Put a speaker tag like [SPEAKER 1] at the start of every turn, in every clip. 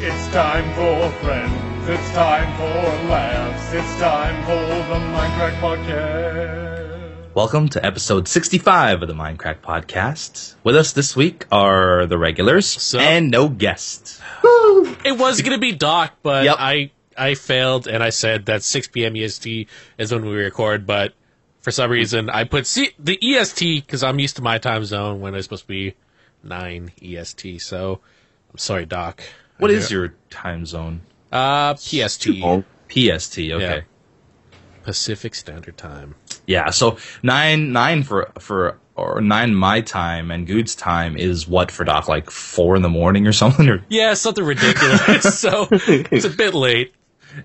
[SPEAKER 1] It's time for friends. It's time for laughs. It's time for the Minecraft podcast.
[SPEAKER 2] Welcome to episode 65 of the Minecraft Podcast. With us this week are the regulars
[SPEAKER 3] Sup?
[SPEAKER 2] and no guest.
[SPEAKER 3] It was gonna be Doc, but
[SPEAKER 2] Yep.
[SPEAKER 3] I I failed and I said that 6 p.m. EST E is when we record, but for some reason I put C- the E EST because I'm used to my time zone when it's supposed to be 9 EST. So I'm sorry, Doc.
[SPEAKER 2] What is your time zone?
[SPEAKER 3] uh PST
[SPEAKER 2] PST, okay.
[SPEAKER 3] Pacific Standard Time?
[SPEAKER 2] Yeah, so 9 9 for for or 9 my time and Good's time is what for Doc like 4 in the morning or something or
[SPEAKER 3] Yeah, something ridiculous. so it's a bit late.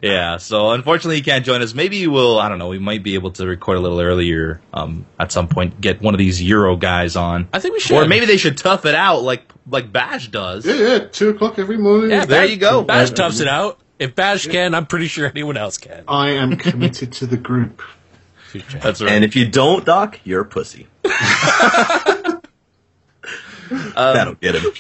[SPEAKER 2] Yeah, so unfortunately he can't join us. Maybe we'll I don't know, we might be able to record a little earlier um at some point get one of these Euro guys on.
[SPEAKER 3] I think we should.
[SPEAKER 2] Or maybe they should tough it out like like Bash does.
[SPEAKER 4] Yeah, yeah, two o'clock every morning.
[SPEAKER 3] yeah,
[SPEAKER 2] there
[SPEAKER 3] Bash-
[SPEAKER 2] you go.
[SPEAKER 3] Bash tops it out. If Bash can, I'm pretty sure anyone else can.
[SPEAKER 4] I am committed to the group.
[SPEAKER 2] That's right.
[SPEAKER 5] And if you don't, Doc, you're a pussy. Um, That'll get him.
[SPEAKER 2] So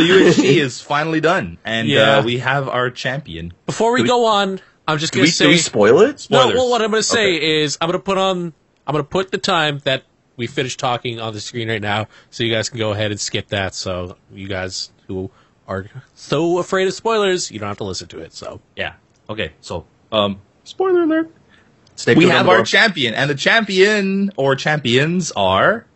[SPEAKER 2] UHG is finally done, and
[SPEAKER 3] Yeah.
[SPEAKER 2] uh, we have our champion.
[SPEAKER 3] Before we, go on, I'm just
[SPEAKER 5] Do
[SPEAKER 3] gonna
[SPEAKER 5] we,
[SPEAKER 3] say
[SPEAKER 5] do we spoil it?
[SPEAKER 2] Spoilers.
[SPEAKER 3] No, well, what I'm going to say is I'm going to put on, I'm going to put the time that we finished talking on the screen right now, so you guys can go ahead and skip that. So you guys who are so afraid of spoilers, you don't have to listen to it. So
[SPEAKER 2] Yeah. Okay. So, um, spoiler alert.
[SPEAKER 5] Stay
[SPEAKER 2] We
[SPEAKER 5] put on
[SPEAKER 2] have
[SPEAKER 5] the
[SPEAKER 2] our
[SPEAKER 5] board.
[SPEAKER 2] champion, and the champion or champions are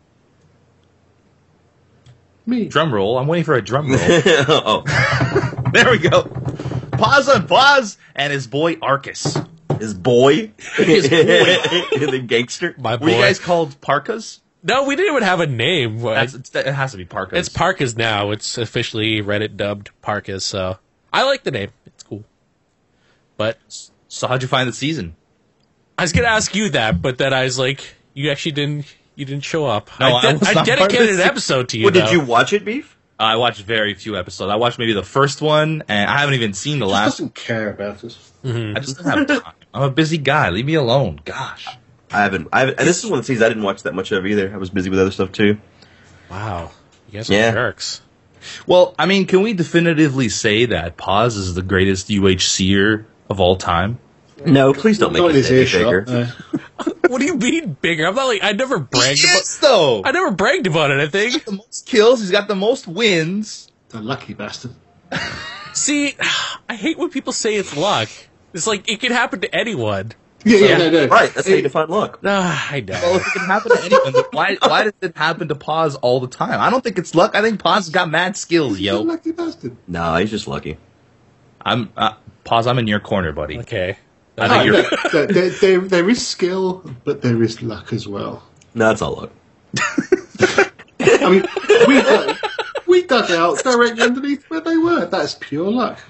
[SPEAKER 4] Me.
[SPEAKER 2] drum roll. I'm waiting for a drum roll.
[SPEAKER 5] oh,
[SPEAKER 2] there we go. Pause on pause, and his boy Arcus.
[SPEAKER 5] his boy,
[SPEAKER 3] His
[SPEAKER 5] the gangster.
[SPEAKER 3] my boy,
[SPEAKER 2] Were you guys called Parkas?
[SPEAKER 3] no, we didn't even have a name.
[SPEAKER 2] That's,
[SPEAKER 3] It's,
[SPEAKER 2] it's, it has to be Parkas.
[SPEAKER 3] it's Parkas now. It's officially Reddit dubbed Parkas. So I like the name. It's cool. But
[SPEAKER 2] so how'd you find the season?
[SPEAKER 3] I was gonna ask you that, but then I was like, you actually didn't. You didn't show up.
[SPEAKER 2] No, I
[SPEAKER 3] I,
[SPEAKER 2] was
[SPEAKER 3] I
[SPEAKER 2] not part of
[SPEAKER 3] dedicated an
[SPEAKER 2] this.
[SPEAKER 3] episode to you.
[SPEAKER 5] What did
[SPEAKER 3] though.
[SPEAKER 5] you watch it, Beef?
[SPEAKER 2] I watched very few episodes. I watched maybe the first one, and I haven't even seen the
[SPEAKER 4] Just
[SPEAKER 2] last.
[SPEAKER 4] doesn't care about us.
[SPEAKER 2] I just don't have time. I'm a busy guy. Leave me alone. Gosh.
[SPEAKER 5] I haven't. I haven't and this is one of the things I didn't watch that much of either. I was busy with other stuff too.
[SPEAKER 3] Wow, you guys are
[SPEAKER 5] Yeah.
[SPEAKER 3] jerks.
[SPEAKER 2] Well, I mean, can we definitively say that Paz is the greatest UHCer of all time?
[SPEAKER 5] No, please don't make
[SPEAKER 4] Not
[SPEAKER 5] me
[SPEAKER 4] his
[SPEAKER 5] say
[SPEAKER 4] earshot.
[SPEAKER 5] bigger.
[SPEAKER 4] no.
[SPEAKER 3] What do you mean bigger? I'm not like I never bragged. about,
[SPEAKER 2] though.
[SPEAKER 3] I never bragged about anything.
[SPEAKER 2] the most kills. He's got the most wins.
[SPEAKER 4] The lucky bastard.
[SPEAKER 3] See, I hate when people say it's luck. It's like it can happen to anyone.
[SPEAKER 4] Yeah, yeah, no, no.
[SPEAKER 5] Right, that's how you
[SPEAKER 4] Hey,
[SPEAKER 5] define luck.
[SPEAKER 3] Ah, I
[SPEAKER 2] Well,
[SPEAKER 3] know.
[SPEAKER 2] if it can happen to anyone, then why why does it happen to Paz all the time? I don't think it's luck. I think Paz's got mad skills,
[SPEAKER 4] the
[SPEAKER 2] yo.
[SPEAKER 4] lucky bastard.
[SPEAKER 5] Nah, he's just lucky.
[SPEAKER 2] I'm uh, Paz. I'm in your corner, buddy.
[SPEAKER 3] Okay.
[SPEAKER 2] I
[SPEAKER 4] Oh,
[SPEAKER 2] think you're.
[SPEAKER 4] no, no, there, there, there is skill, but there is luck as well.
[SPEAKER 5] No, it's all luck.
[SPEAKER 4] I mean, we dug, we dug out directly underneath where they were. That's pure luck.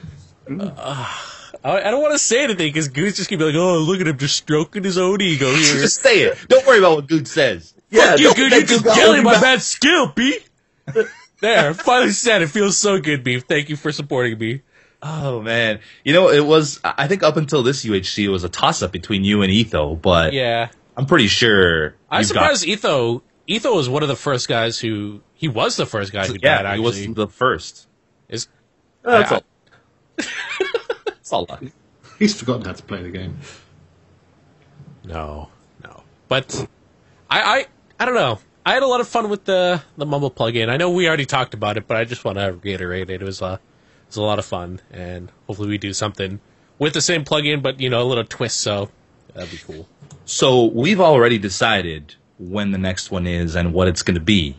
[SPEAKER 3] I, I don't want to say anything because Goose just gonna be like, "Oh, look at him just stroking his own ego here."
[SPEAKER 2] Just say it. Don't worry about what Good says.
[SPEAKER 5] Yeah,
[SPEAKER 3] you
[SPEAKER 5] don't
[SPEAKER 3] Goose,
[SPEAKER 5] make
[SPEAKER 3] you just
[SPEAKER 5] me go
[SPEAKER 3] killing my
[SPEAKER 5] back.
[SPEAKER 3] bad skill, B. there, finally said. It feels so good, Beef. Thank you for supporting me.
[SPEAKER 2] Oh man, you know it was. I I think up until this UHC, it was a toss up between you and Etho, but
[SPEAKER 3] Yeah.
[SPEAKER 2] I'm pretty sure.
[SPEAKER 3] I'm
[SPEAKER 2] you've got-
[SPEAKER 3] surprised Etho. Etho was one of the first guys who he was the first guy who died.
[SPEAKER 2] Yeah, he
[SPEAKER 3] Actually,
[SPEAKER 2] was the first.
[SPEAKER 3] Is-
[SPEAKER 5] Oh, that's all.
[SPEAKER 2] It's all luck.
[SPEAKER 4] He's forgotten how to play the game.
[SPEAKER 3] No, no. But I, I, I don't know. I had a lot of fun with the the Mumble plugin. I know we already talked about it, but I just want to reiterate it. It was a, it was a lot of fun, and hopefully we do something with the same plugin, but you know, a little twist. So that'd be cool.
[SPEAKER 2] So we've already decided when the next one is and what it's going to be.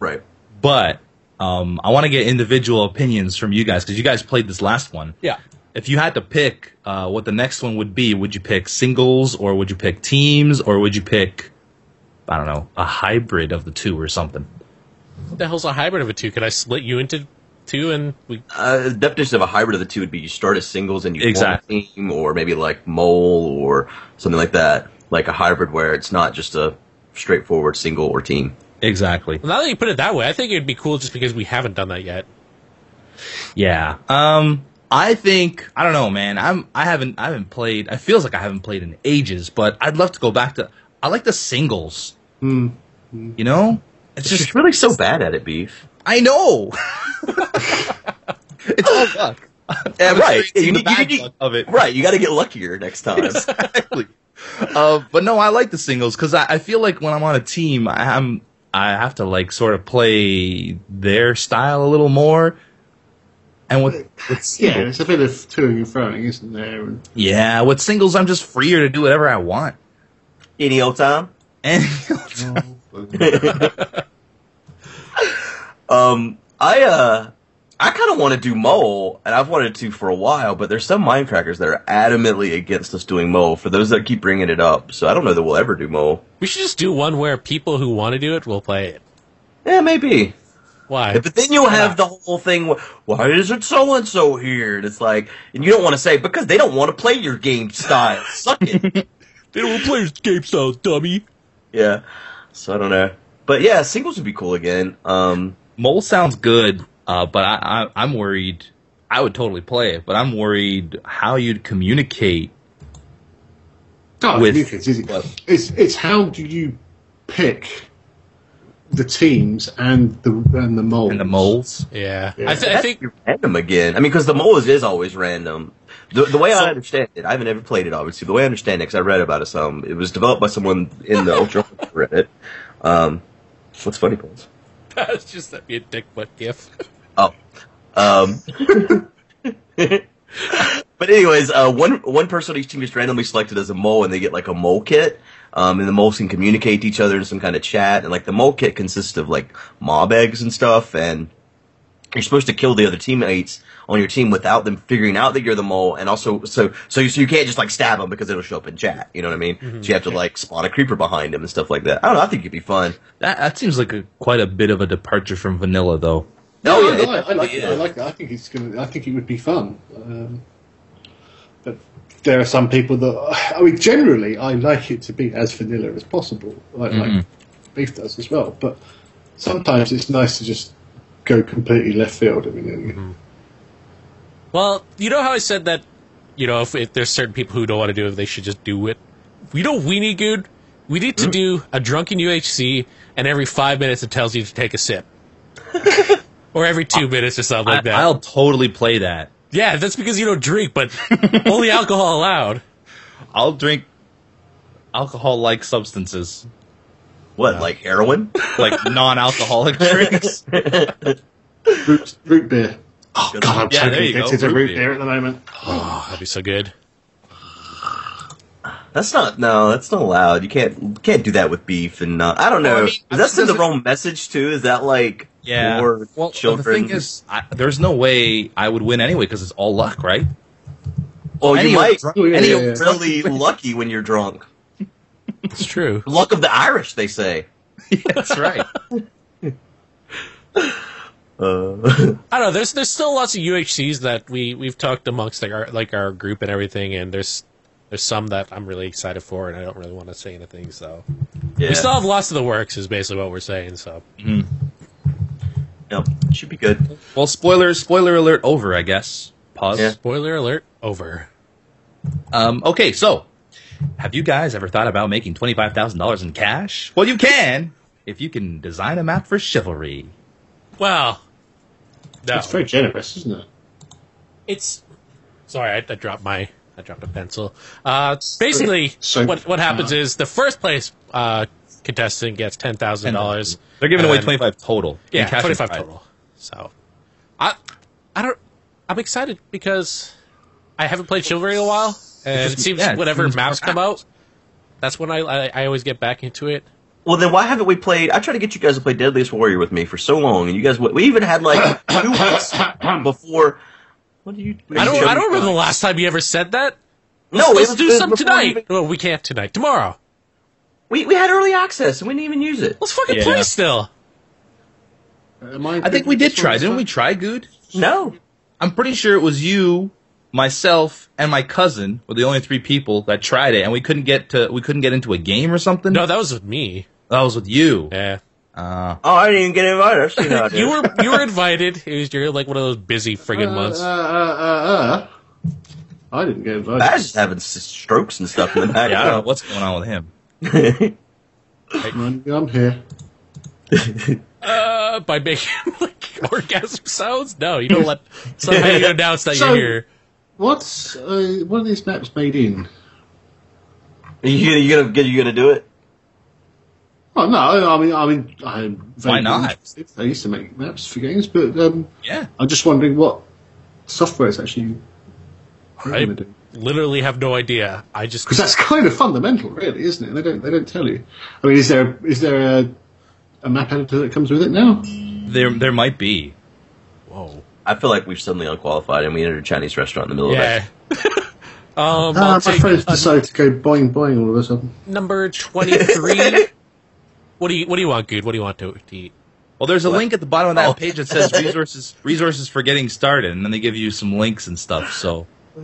[SPEAKER 5] Right.
[SPEAKER 2] But um, I want to get individual opinions from you guys because you guys played this last one.
[SPEAKER 3] Yeah.
[SPEAKER 2] If you had to pick uh, what the next one would be, would you pick singles or would you pick teams or would you pick, I don't know, a hybrid of the two or something?
[SPEAKER 3] What the hell's a hybrid of a two? Can I split you into two and we?
[SPEAKER 5] Uh, the definition of a hybrid of the two would be you start as singles and you
[SPEAKER 2] Exactly.
[SPEAKER 5] form a team, or maybe like mole or something like that, like a hybrid where it's not just a straightforward single or team.
[SPEAKER 2] Exactly.
[SPEAKER 3] Now that you put it that way, I think it'd be cool just because we haven't done that yet.
[SPEAKER 2] Yeah. Um I think I don't know, man. I'm I haven't I haven't played it feels like I haven't played in ages, but I'd love to go back to I like the singles. You know? It's
[SPEAKER 5] She's
[SPEAKER 2] just
[SPEAKER 5] really so bad at it, Beef.
[SPEAKER 2] I know. it's all luck.
[SPEAKER 5] Yeah, right.
[SPEAKER 2] in the
[SPEAKER 5] You need- you
[SPEAKER 2] bad
[SPEAKER 5] need-
[SPEAKER 2] luck of it.
[SPEAKER 5] Right, you got to get luckier next time.
[SPEAKER 2] exactly. Uh, but no, I like the singles because I, I feel like when I'm on a team, I, I'm I have to like sort of play their style a little more. And with with
[SPEAKER 4] Yeah,
[SPEAKER 2] singles,
[SPEAKER 4] there's a bit of toing and froing, isn't there? And
[SPEAKER 2] yeah. with singles, I'm just freer to do whatever I want.
[SPEAKER 5] Any old time.
[SPEAKER 2] And
[SPEAKER 4] oh,
[SPEAKER 5] Um, I uh, I kind of want to do mole, and I've wanted to for a while, but there's some Minecrackers that are adamantly against us doing mole. For those that keep bringing it up, so I don't know that we'll ever do mole.
[SPEAKER 3] We should just do one where people who want to do it will play it.
[SPEAKER 5] Yeah, maybe.
[SPEAKER 3] Why?
[SPEAKER 5] But then you'll have the whole thing. wh- Why isn't so and so here? And it's like, and you don't want to say because they don't want to play your game style. Suck it.
[SPEAKER 3] They don't play game style, dummy.
[SPEAKER 5] Yeah. So I don't know. But yeah, singles would be cool again. Um,
[SPEAKER 2] mole sounds good, uh, but I, I I'm worried. I would totally play it, but I'm worried how you'd communicate.
[SPEAKER 4] oh,
[SPEAKER 2] With-
[SPEAKER 4] new kids, isn't it? It's it's how do you pick the teams and the and the mold
[SPEAKER 2] And the moles.
[SPEAKER 3] Yeah.
[SPEAKER 4] Yeah.
[SPEAKER 3] I, th- I think
[SPEAKER 5] random again. I mean, because the mole is, is always random. The, the way
[SPEAKER 3] So-
[SPEAKER 5] I understand it, I haven't ever played it, obviously. The way I understand it, because I read about it some, it was developed by someone in the Ultra Reddit. Um, what's funny, Paul?
[SPEAKER 3] that's just that be a dick butt gif.
[SPEAKER 5] Oh. Um, but anyways, uh, one one person on each team is randomly selected as a mole, and they get like a mole kit. Um, and the moles can communicate to each other in some kind of chat. And like the mole kit consists of like mob eggs and stuff, and you're supposed to kill the other teammates on your team without them figuring out that you're the mole, and also so so you, so you can't just like stab them because it'll show up in chat. You know what I mean?
[SPEAKER 4] Mm-hmm.
[SPEAKER 5] So you have to like spawn a creeper behind them and stuff like that. I don't know. I think it'd be fun.
[SPEAKER 2] That that seems like a quite a bit of a departure from vanilla, though.
[SPEAKER 4] No,
[SPEAKER 5] Oh,
[SPEAKER 4] I,
[SPEAKER 5] yeah,
[SPEAKER 4] I, I
[SPEAKER 5] it-
[SPEAKER 4] like it.
[SPEAKER 5] yeah.
[SPEAKER 4] I like it. I think it's gonna. I think it would be fun. Um, but there are some people that. I mean, generally, I like it to be as vanilla as possible, like, like
[SPEAKER 2] Mm-hmm.
[SPEAKER 4] Beef does as well. But sometimes it's nice to just go completely left field. I mean,
[SPEAKER 3] Well, you know how I said that, you know, if, if there's certain people who don't want to do it, they should just do it. We know we need good. We need to do a drunken UHC, and every five minutes it tells you to take a sip, or every two minutes or something like that.
[SPEAKER 2] I, will totally play that.
[SPEAKER 3] yeah, that's because you don't drink, but only alcohol allowed.
[SPEAKER 2] I'll drink alcohol-like substances,
[SPEAKER 5] What like heroin?
[SPEAKER 2] like non-alcoholic drinks.
[SPEAKER 4] root, root beer. Oh God, I'm
[SPEAKER 2] Yeah,
[SPEAKER 4] so
[SPEAKER 2] there you go,
[SPEAKER 4] addicted to
[SPEAKER 2] root
[SPEAKER 4] root
[SPEAKER 2] beer.
[SPEAKER 4] beer. at the moment.
[SPEAKER 3] Oh, That'd be so good.
[SPEAKER 5] That's not no. That's not allowed. You can't can't do that with beef and not. I don't know.
[SPEAKER 2] Well, I mean,
[SPEAKER 5] Does that send the
[SPEAKER 2] does it-
[SPEAKER 5] wrong message too? Is that like
[SPEAKER 2] Yeah.
[SPEAKER 5] for
[SPEAKER 2] well,
[SPEAKER 5] children?
[SPEAKER 2] the thing is, I, there's no way I would win anyway because it's all luck, right?
[SPEAKER 5] well,
[SPEAKER 2] any
[SPEAKER 5] you
[SPEAKER 2] of
[SPEAKER 5] might
[SPEAKER 2] drunk-
[SPEAKER 4] Oh, yeah,
[SPEAKER 5] any
[SPEAKER 4] yeah,
[SPEAKER 5] are
[SPEAKER 4] yeah.
[SPEAKER 5] really lucky when you're drunk.
[SPEAKER 3] It's true.
[SPEAKER 5] Luck of the Irish, they say.
[SPEAKER 2] That's right.
[SPEAKER 5] Uh,
[SPEAKER 3] I don't know. There's there's still lots of UHCs that we we've talked amongst like our like our group and everything, and there's there's some that I'm really excited for, and I don't really want to say anything. So
[SPEAKER 5] yeah,
[SPEAKER 3] we still have lots of the works, is basically what we're saying. So
[SPEAKER 5] Yep. should be good.
[SPEAKER 2] well, spoiler spoiler alert over, I guess. Pause.
[SPEAKER 5] Yeah.
[SPEAKER 3] spoiler alert over.
[SPEAKER 2] Um, okay, so have you guys ever thought about making twenty-five thousand dollars in cash? Well, you can if you can design a map for Chivalry.
[SPEAKER 3] Well, no,
[SPEAKER 4] That's very generous, isn't it?
[SPEAKER 3] it's sorry, I, I dropped my I dropped a pencil. Uh, basically,
[SPEAKER 4] So-
[SPEAKER 3] what what happens
[SPEAKER 2] uh-huh.
[SPEAKER 3] is the first place uh, contestant gets ten thousand dollars.
[SPEAKER 2] They're giving away
[SPEAKER 3] And-
[SPEAKER 2] twenty-five total. in
[SPEAKER 3] Yeah,
[SPEAKER 2] cash and
[SPEAKER 3] twenty five
[SPEAKER 2] prize.
[SPEAKER 3] total. So, I I don't. I'm excited because I haven't played Chivalry in a while, and it seems
[SPEAKER 2] yeah, it
[SPEAKER 3] whenever
[SPEAKER 2] seems
[SPEAKER 3] maps
[SPEAKER 2] more
[SPEAKER 3] come out, that's when I, I I always get back into it.
[SPEAKER 5] Well, then why haven't we played? I tried to get you guys to play Deadliest Warrior with me for so long, and you guys we even had like two weeks before. What do you?
[SPEAKER 3] I don't I don't remember the last time you ever said that.
[SPEAKER 5] No, it
[SPEAKER 3] Let's
[SPEAKER 5] was-
[SPEAKER 3] do
[SPEAKER 5] it was
[SPEAKER 3] some
[SPEAKER 5] before
[SPEAKER 3] tonight.
[SPEAKER 5] even-
[SPEAKER 3] Well, we can't tonight. Tomorrow.
[SPEAKER 5] We we had early access and we didn't even use it.
[SPEAKER 3] Let's fucking
[SPEAKER 2] Yeah.
[SPEAKER 3] play still.
[SPEAKER 4] Am I
[SPEAKER 2] I think we did try, didn't we? Try good.
[SPEAKER 5] No.
[SPEAKER 2] I'm pretty sure it was you, myself, and my cousin were the only three people that tried it, and we couldn't get to we couldn't get into a game or something.
[SPEAKER 3] No, that was with me.
[SPEAKER 2] that was with you.
[SPEAKER 3] Yeah.
[SPEAKER 2] Uh,
[SPEAKER 5] Oh, I didn't even get invited. I've seen how it
[SPEAKER 3] You
[SPEAKER 5] is.
[SPEAKER 3] were you were invited. It was you're like one of those busy friggin' months.
[SPEAKER 4] Uh, uh, uh, uh, I didn't get invited.
[SPEAKER 5] Badge is having s- strokes and stuff in the
[SPEAKER 2] yeah, I don't know
[SPEAKER 5] background.
[SPEAKER 2] what's going on with him.
[SPEAKER 4] I'm here.
[SPEAKER 3] Uh, by making like orgasm sounds? No, you don't let somebody you announce that
[SPEAKER 4] So-
[SPEAKER 3] you're here.
[SPEAKER 4] What's uh, what are these maps made in?
[SPEAKER 5] Are you gonna you gonna you gonna do it?
[SPEAKER 4] Oh no, I mean, I mean, I'm very
[SPEAKER 2] Why not?
[SPEAKER 4] interested. They used to make maps for games, but um,
[SPEAKER 2] Yeah.
[SPEAKER 4] I'm just wondering what software is actually
[SPEAKER 3] I literally have no idea. I just
[SPEAKER 4] because that's kind of fundamental, really, isn't it? They don't they don't tell you. I mean, is there is there a, a map editor that comes with it now?
[SPEAKER 2] There there might be.
[SPEAKER 3] whoa.
[SPEAKER 5] I feel like we're suddenly unqualified and we entered a Chinese restaurant in the middle of
[SPEAKER 3] Yeah.
[SPEAKER 5] it.
[SPEAKER 3] um, I'll
[SPEAKER 4] Ah, my
[SPEAKER 3] take
[SPEAKER 4] friends
[SPEAKER 3] a-
[SPEAKER 4] decided to go boing boing all of a sudden.
[SPEAKER 3] number twenty three. what do you What do you want, Good? What do you want to, to eat?
[SPEAKER 2] Well, there's a
[SPEAKER 5] What?
[SPEAKER 2] link at the bottom of that
[SPEAKER 5] Oh.
[SPEAKER 2] page that says resources resources for getting started, and then they give you some links and stuff. So
[SPEAKER 5] So-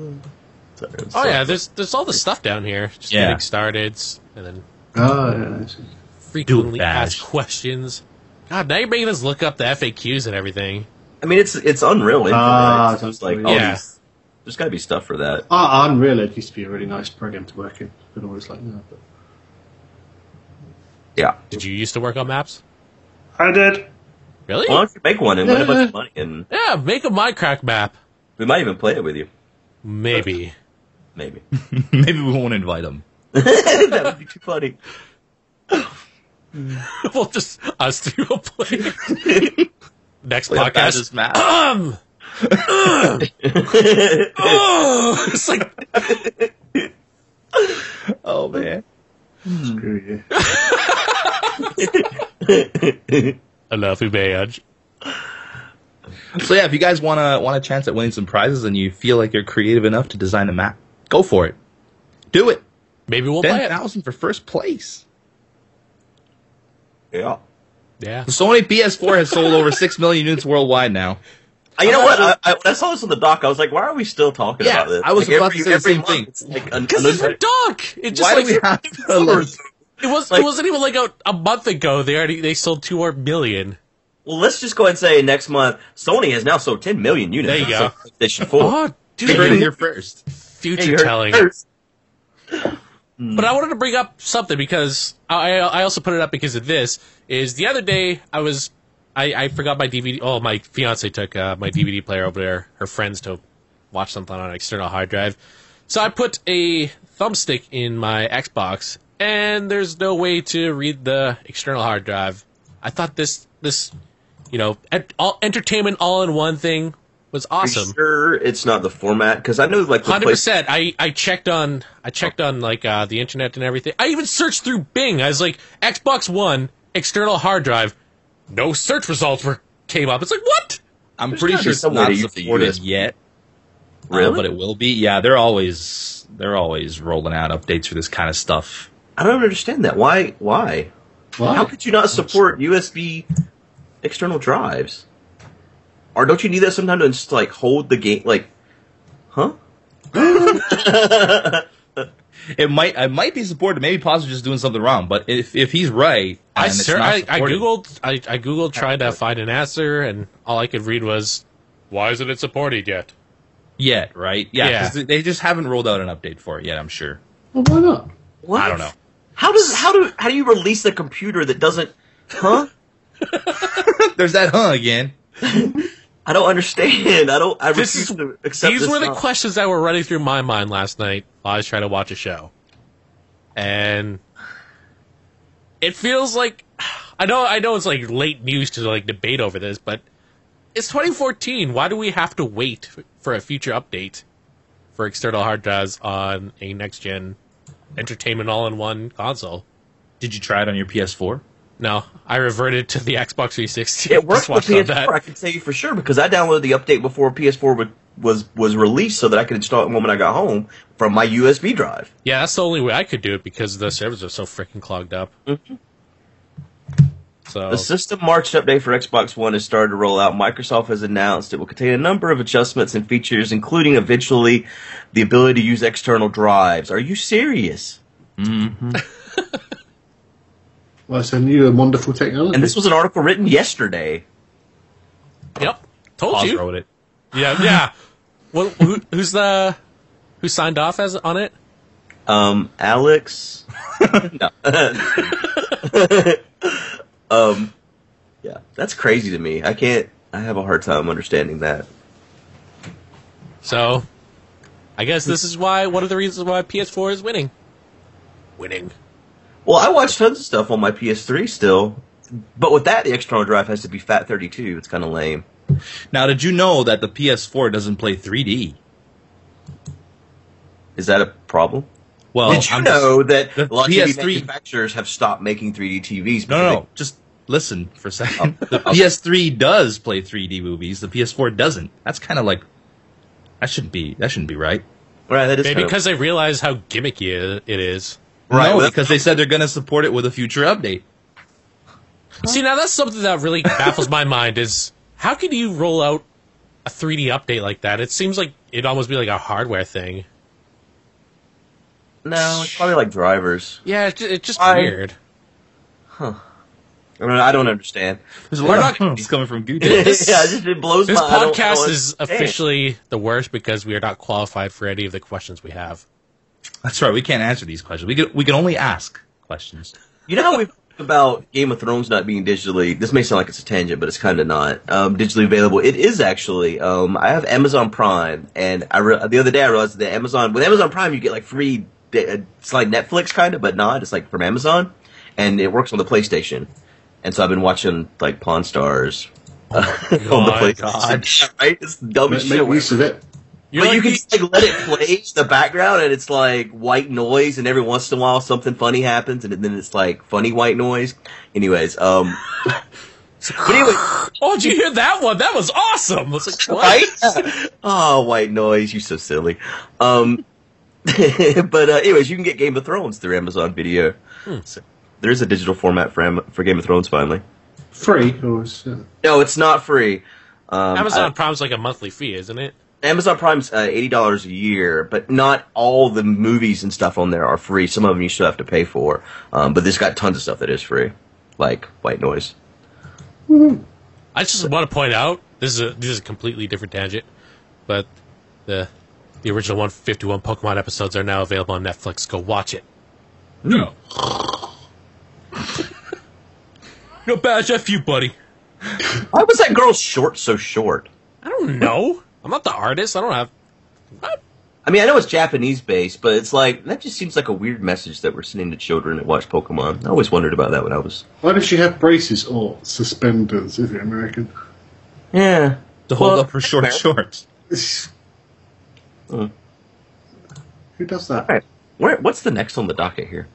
[SPEAKER 3] Oh
[SPEAKER 5] so-
[SPEAKER 3] yeah, there's there's all the stuff down here. Just
[SPEAKER 2] Yeah.
[SPEAKER 3] getting started, s- and then
[SPEAKER 4] Ah, yeah, I see.
[SPEAKER 3] frequently
[SPEAKER 2] Bash.
[SPEAKER 3] asked questions. God, now you're making us look up the FAQs and everything.
[SPEAKER 5] I mean it's it's unreal. Isn't
[SPEAKER 4] Ah,
[SPEAKER 5] it? It's just
[SPEAKER 4] that's
[SPEAKER 5] like
[SPEAKER 4] cool.
[SPEAKER 5] all
[SPEAKER 3] Yeah.
[SPEAKER 5] these- there's got to be stuff for that.
[SPEAKER 4] Ah, Unreal It used to be a really nice program to work in. Been always like that. But...
[SPEAKER 5] Yeah.
[SPEAKER 3] Did you used to work on maps?
[SPEAKER 1] I did.
[SPEAKER 3] Really?
[SPEAKER 5] Why don't you make one and win a bunch of money and
[SPEAKER 3] Yeah, make a Minecraft map.
[SPEAKER 5] we might even play it with you.
[SPEAKER 3] Maybe.
[SPEAKER 5] Maybe.
[SPEAKER 2] maybe we won't invite them.
[SPEAKER 5] that would be too funny.
[SPEAKER 3] we'll just us three will play. Next
[SPEAKER 2] Play about
[SPEAKER 3] podcast.
[SPEAKER 2] this map.
[SPEAKER 3] Um. Oh, it's like
[SPEAKER 2] oh man.
[SPEAKER 4] Screw you.
[SPEAKER 3] enough, Ubayaj.
[SPEAKER 2] So yeah, if you guys want to want a chance at winning some prizes and you feel like you're creative enough to design a map, go for it. Do it.
[SPEAKER 3] Maybe we'll play
[SPEAKER 2] Ten
[SPEAKER 3] it.
[SPEAKER 2] thousand for first place.
[SPEAKER 5] Yeah.
[SPEAKER 3] Yeah.
[SPEAKER 2] The Sony PS4 has sold over six million units worldwide now.
[SPEAKER 5] Uh, You know what? I, I, when I saw this on the doc, I was like, "Why are we still talking
[SPEAKER 2] Yeah,
[SPEAKER 5] about this?"
[SPEAKER 2] I was
[SPEAKER 5] like,
[SPEAKER 2] about to say the same
[SPEAKER 5] month,
[SPEAKER 2] thing.
[SPEAKER 5] It's like an,
[SPEAKER 3] Because it's a doc. It just
[SPEAKER 2] Why
[SPEAKER 3] like
[SPEAKER 2] do we have to?
[SPEAKER 5] another-
[SPEAKER 2] like-
[SPEAKER 3] it was.
[SPEAKER 5] like-
[SPEAKER 3] it wasn't even like a, a month ago. They already they sold two more million.
[SPEAKER 5] Well, let's just go ahead and say next month Sony has now sold 10 million units.
[SPEAKER 3] There you
[SPEAKER 5] That's
[SPEAKER 3] go.
[SPEAKER 5] like PlayStation 4.
[SPEAKER 3] Oh, dude,
[SPEAKER 2] You heard it
[SPEAKER 3] you-
[SPEAKER 2] here first.
[SPEAKER 5] Hey,
[SPEAKER 3] future
[SPEAKER 5] you heard
[SPEAKER 3] telling. Hmm.
[SPEAKER 5] it first.
[SPEAKER 3] But I wanted to bring up something because I I also put it up because of this. Is the other day I was I, I forgot my DVD. Oh, my fiance took uh, my DVD player over there. Her friends to watch something on an external hard drive. So I put a thumbstick in my Xbox, and there's no way to read the external hard drive. I thought this this you know ent- all, entertainment all in one thing was
[SPEAKER 5] Are you
[SPEAKER 3] awesome.
[SPEAKER 5] Sure, it's not the format because I know like the
[SPEAKER 3] Hundred
[SPEAKER 5] place.
[SPEAKER 3] percent. I I checked on I checked on like uh, the internet and everything. I even searched through Bing. I was like Xbox One external hard drive. No search results were came up. It's like what?
[SPEAKER 2] I'm
[SPEAKER 5] There's
[SPEAKER 2] pretty
[SPEAKER 5] gotta be
[SPEAKER 2] sure it's
[SPEAKER 5] some way
[SPEAKER 2] not
[SPEAKER 5] to use the
[SPEAKER 2] supported
[SPEAKER 5] USB.
[SPEAKER 2] yet, uh,
[SPEAKER 5] Really?
[SPEAKER 2] but it will be. Yeah, they're always they're always rolling out updates for this kind of stuff.
[SPEAKER 5] I don't understand that. Why? Why?
[SPEAKER 4] Why?
[SPEAKER 5] How could you not support USB external drives? Or don't you need that sometimes to just like hold the game? Like, huh?
[SPEAKER 2] It might it might be supported. Maybe Paz is just doing something wrong. But if if he's right,
[SPEAKER 3] I
[SPEAKER 2] and it's
[SPEAKER 3] ser-
[SPEAKER 2] not
[SPEAKER 3] I, I
[SPEAKER 2] supported-
[SPEAKER 3] googled I, I googled trying to find an answer, and all I could read was, "Why isn't it supported yet?"
[SPEAKER 2] yet, right? Yeah,
[SPEAKER 3] Yeah.
[SPEAKER 2] 'cause they- they just haven't rolled out an update for it yet. I'm sure.
[SPEAKER 4] Well, why not?
[SPEAKER 5] What?
[SPEAKER 2] I don't know.
[SPEAKER 5] How does how do how do you release a computer that doesn't? Huh?
[SPEAKER 2] There's that huh again.
[SPEAKER 5] I don't understand. I don't. I
[SPEAKER 3] This
[SPEAKER 5] refuse
[SPEAKER 3] is-
[SPEAKER 5] to accept
[SPEAKER 3] These
[SPEAKER 5] this
[SPEAKER 3] were the
[SPEAKER 5] knowledge.
[SPEAKER 3] questions that were running through my mind last night while I was trying to watch a show. And it feels like I know I know it's like late news to like debate over this, but it's 2014. Why do we have to wait for a future update for external hard drives on a next gen entertainment all in one console?
[SPEAKER 2] Did you try it on your PS4?
[SPEAKER 3] No, I reverted to the Xbox 360.
[SPEAKER 5] It
[SPEAKER 3] Just
[SPEAKER 5] worked with
[SPEAKER 3] watched all that.
[SPEAKER 5] PS4. I can tell you for sure because I downloaded the update before PS4 would, was was released, so that I could install it the moment I got home from my USB drive.
[SPEAKER 3] Yeah, that's the only way I could do it because the servers are so freaking clogged up. So Oh.
[SPEAKER 5] The system March update for Xbox One has started to roll out. Microsoft has announced it will contain a number of adjustments and features, including eventually the ability to use external drives. Are you serious?
[SPEAKER 4] Well, it's a new and wonderful technology.
[SPEAKER 5] And this was an article written yesterday.
[SPEAKER 3] yep, told
[SPEAKER 2] Paz
[SPEAKER 3] you.
[SPEAKER 2] wrote it.
[SPEAKER 3] Yeah, yeah. well, who, who's the who signed off as on it?
[SPEAKER 5] Um, Alex. no. um, yeah, that's crazy to me. I can't. I have a hard time understanding that.
[SPEAKER 3] So, I guess this is why one of the reasons why PS4 is winning. Winning.
[SPEAKER 5] Well, I watch tons of stuff on my PS3 still, but with that, the external drive has to be FAT32. It's kind of lame.
[SPEAKER 2] Now, did you know that the PS4 doesn't play 3D?
[SPEAKER 5] Is that a problem?
[SPEAKER 2] Well,
[SPEAKER 5] Did you
[SPEAKER 2] Oh, I'm just-
[SPEAKER 5] know
[SPEAKER 2] the
[SPEAKER 5] that a lot of TV
[SPEAKER 2] PS3
[SPEAKER 5] manufacturers have stopped making 3D TVs? because
[SPEAKER 2] No, no, no.
[SPEAKER 5] they-
[SPEAKER 2] Just listen for a second.
[SPEAKER 5] Oh.
[SPEAKER 2] The PS3 does play 3D movies. The PS4 doesn't. That's kind of like that shouldn't be. That shouldn't be right.
[SPEAKER 5] Right, that is
[SPEAKER 3] Maybe
[SPEAKER 5] kind
[SPEAKER 3] because they realize how gimmicky it is.
[SPEAKER 5] Right,
[SPEAKER 2] no,
[SPEAKER 5] well,
[SPEAKER 2] because they said they're going to support it with a future update.
[SPEAKER 3] See, now that's something that really baffles my mind is how can you roll out a 3D update like that? It seems like it'd almost be like a hardware thing.
[SPEAKER 5] of, no, it's probably like drivers.
[SPEAKER 3] Yeah, it's just, it's just
[SPEAKER 5] I-
[SPEAKER 3] weird.
[SPEAKER 5] I, mean, I don't understand.
[SPEAKER 2] There's a
[SPEAKER 3] We're
[SPEAKER 2] lot
[SPEAKER 3] not-
[SPEAKER 2] of it's coming from
[SPEAKER 5] yeah,
[SPEAKER 2] Gucci.
[SPEAKER 5] it just it blows
[SPEAKER 3] This
[SPEAKER 5] my. I don't- I don't
[SPEAKER 3] podcast is
[SPEAKER 5] understand.
[SPEAKER 3] officially the worst because we are not qualified for any of the questions we have.
[SPEAKER 2] That's right. We can't answer these questions. We can we can only ask questions.
[SPEAKER 5] You know how we talked about Game of Thrones not being digitally. This may sound like it's a tangent, but it's kind of not um, digitally available. It is actually. Um, I have Amazon Prime, and I re- the other day I realized that Amazon with Amazon Prime you get like free. da- It's like Netflix kind of, but not. It's like from Amazon, and it works on the PlayStation. And so I've been watching like Pawn Stars on the
[SPEAKER 3] my
[SPEAKER 5] PlayStation. Right? It's dumb as
[SPEAKER 4] Make,
[SPEAKER 5] shit.
[SPEAKER 4] make use of it.
[SPEAKER 3] You're
[SPEAKER 5] but
[SPEAKER 3] like
[SPEAKER 5] you can
[SPEAKER 3] the-
[SPEAKER 5] just, like let it play in the background, and it's like white noise, and every once in a while something funny happens, and then it's like funny white noise. Anyways, um, but anyway,
[SPEAKER 3] oh, did you hear that one? That was awesome. It's like, what?
[SPEAKER 5] right? oh, white noise, you so silly. Um, but uh, anyways, you can get Game of Thrones through Amazon Video.
[SPEAKER 3] Hmm.
[SPEAKER 5] So there is a digital format for Am- for Game of Thrones finally.
[SPEAKER 4] Free or is, uh,
[SPEAKER 5] No, it's not free. Um,
[SPEAKER 3] Amazon
[SPEAKER 5] I-
[SPEAKER 3] Prime's like a monthly fee, isn't it?
[SPEAKER 5] Amazon Prime's uh, eighty dollars a year, but not all the movies and stuff on there are free. Some of them you still have to pay for. Um, but this got tons of stuff that is free, like White Noise.
[SPEAKER 3] I just want to point out this is a this is a completely different tangent, but the the original 151 Pokemon episodes are now available on Netflix. Go watch it.
[SPEAKER 2] No.
[SPEAKER 3] No badge F you, buddy.
[SPEAKER 5] Why was that girl's short so short?
[SPEAKER 3] I don't know. I'm not the artist. I don't have. What?
[SPEAKER 5] I mean, I know it's Japanese based, but it's like that just seems like a weird message that we're sending to children that watch Pokemon. I always wondered about that when I was.
[SPEAKER 4] why does she have braces or suspenders if you're American?
[SPEAKER 5] Yeah.
[SPEAKER 2] To hold
[SPEAKER 5] Well,
[SPEAKER 2] up her short
[SPEAKER 5] that's
[SPEAKER 2] shorts.
[SPEAKER 4] It's-
[SPEAKER 5] Mm.
[SPEAKER 4] Who does that?
[SPEAKER 5] All right. Where, what's the next on the docket here?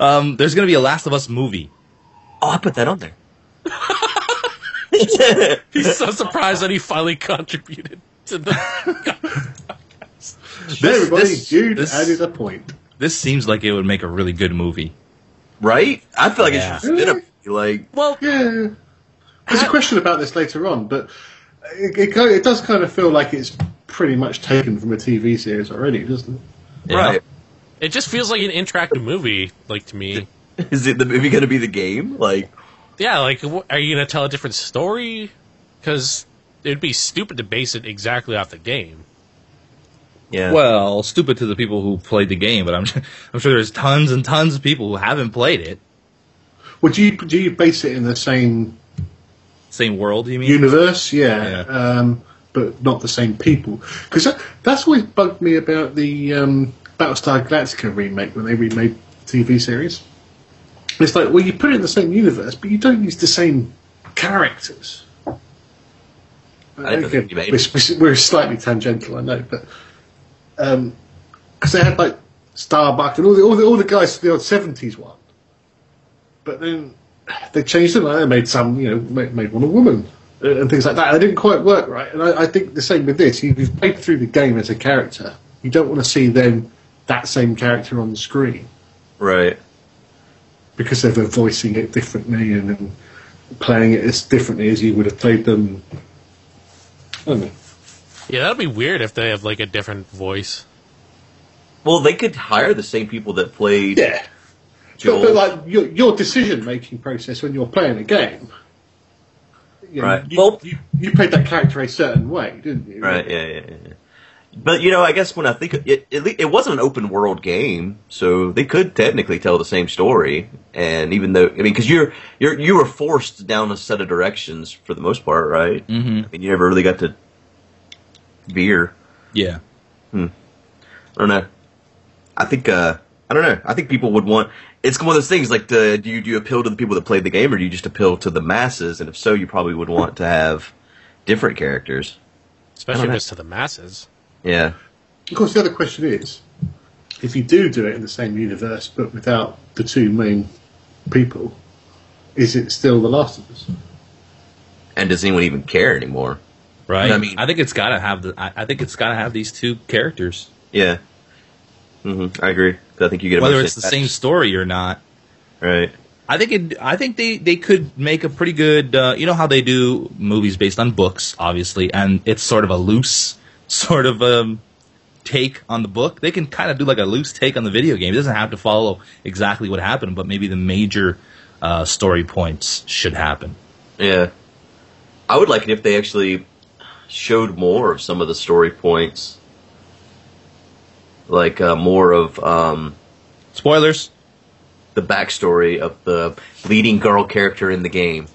[SPEAKER 2] Um, there's going to be a Last of Us movie.
[SPEAKER 5] Oh, I put that on there.
[SPEAKER 3] He's so surprised that he finally contributed to the.
[SPEAKER 2] This,
[SPEAKER 4] Everybody,
[SPEAKER 2] this,
[SPEAKER 4] Jude
[SPEAKER 2] this-
[SPEAKER 4] added a point.
[SPEAKER 2] this seems like it would make a really good movie.
[SPEAKER 5] right? I feel like
[SPEAKER 3] Yeah.
[SPEAKER 5] it should fit a like.
[SPEAKER 3] well,
[SPEAKER 4] Yeah. There's a question about this later on, but it, it, kind- it does kind of feel like it's pretty much taken from a TV series already, doesn't it?
[SPEAKER 2] Yeah.
[SPEAKER 5] Right.
[SPEAKER 3] it just feels like an interactive movie, like to me.
[SPEAKER 5] Is it the movie going to be the game? Like,
[SPEAKER 3] Yeah, like, wh- are you gonna tell a different story? Because it'd be stupid to base it exactly off the game.
[SPEAKER 5] yeah.
[SPEAKER 2] Well, stupid to the people who played the game, but I'm I'm sure there's tons and tons of people who haven't played it.
[SPEAKER 4] Well, do you, do you base it in the same
[SPEAKER 2] Same world, you mean?
[SPEAKER 4] universe? Yeah.
[SPEAKER 2] Yeah.
[SPEAKER 4] Um, but not the same people. Because that, that's always bugged me about the um, Battlestar Galactica remake when they remade TV series. It's like, well, you put it in the same universe, but you don't use the same characters.
[SPEAKER 5] I don't think you made
[SPEAKER 4] we're, we're- we're slightly tangential, I know, but because they had like Starbuck and all the all the, all the guys from the old seventies one, but then they changed them. Like they made some, you know, made, made one a woman uh, and things like that. They didn't quite work right, and I, I think the same with this. If you've played through the game as a character, you don't want to see then that same character on the screen
[SPEAKER 5] right.
[SPEAKER 4] because they were voicing it differently and, and playing it as differently as you would have played them. I don't know.
[SPEAKER 3] Yeah, that'd be weird if they have like a different voice.
[SPEAKER 5] Well, they could hire the same people that played
[SPEAKER 4] Yeah.
[SPEAKER 5] Joel.
[SPEAKER 4] But, but like your, your decision making process when you're playing a game, you, know,
[SPEAKER 5] Right.
[SPEAKER 4] you,
[SPEAKER 5] Well-
[SPEAKER 4] you, you played that character a certain way, didn't you?
[SPEAKER 5] right? Yeah, yeah, yeah. yeah. But you know, I guess when I think of it, it, le- it wasn't an open world game, so they could technically tell the same story. And even though, I mean, because you're you're you were forced down a set of directions for the most part, right? Mm-hmm. I mean, you never really got to veer.
[SPEAKER 2] Yeah.
[SPEAKER 5] I don't know. I think uh, I don't know. I think people would want. It's one of those things like the, do you do you appeal to the people that played the game, or do you just appeal to the masses? And if so, you probably would want to have different characters.
[SPEAKER 3] especially
[SPEAKER 5] know.
[SPEAKER 3] if it's to the masses.
[SPEAKER 5] Yeah.
[SPEAKER 4] Of course, the other question is if you do do it in the same universe but without the two main people, is it still The Last of Us?
[SPEAKER 5] And does anyone even care anymore?
[SPEAKER 2] Right.
[SPEAKER 5] I mean-
[SPEAKER 2] I think it's gotta have the. I, I think it's gotta have these two characters,
[SPEAKER 5] Yeah. hmm I agree. 'Cause I think you get a
[SPEAKER 2] whether
[SPEAKER 5] bunch
[SPEAKER 2] it's the
[SPEAKER 5] of-
[SPEAKER 2] same story or not.
[SPEAKER 5] right.
[SPEAKER 2] I think it. I think they they could make a pretty good. Uh, you know how they do movies based on books, obviously, and it's sort of a loose sort of um, take on the book. They can kind of do like a loose take on the video game. It doesn't have to follow exactly what happened, but maybe the major uh, story points should happen.
[SPEAKER 5] Yeah. I would like it if they actually showed more of some of the story points. Like uh, more of um,
[SPEAKER 2] Spoilers.
[SPEAKER 5] the backstory of the leading girl character in the game.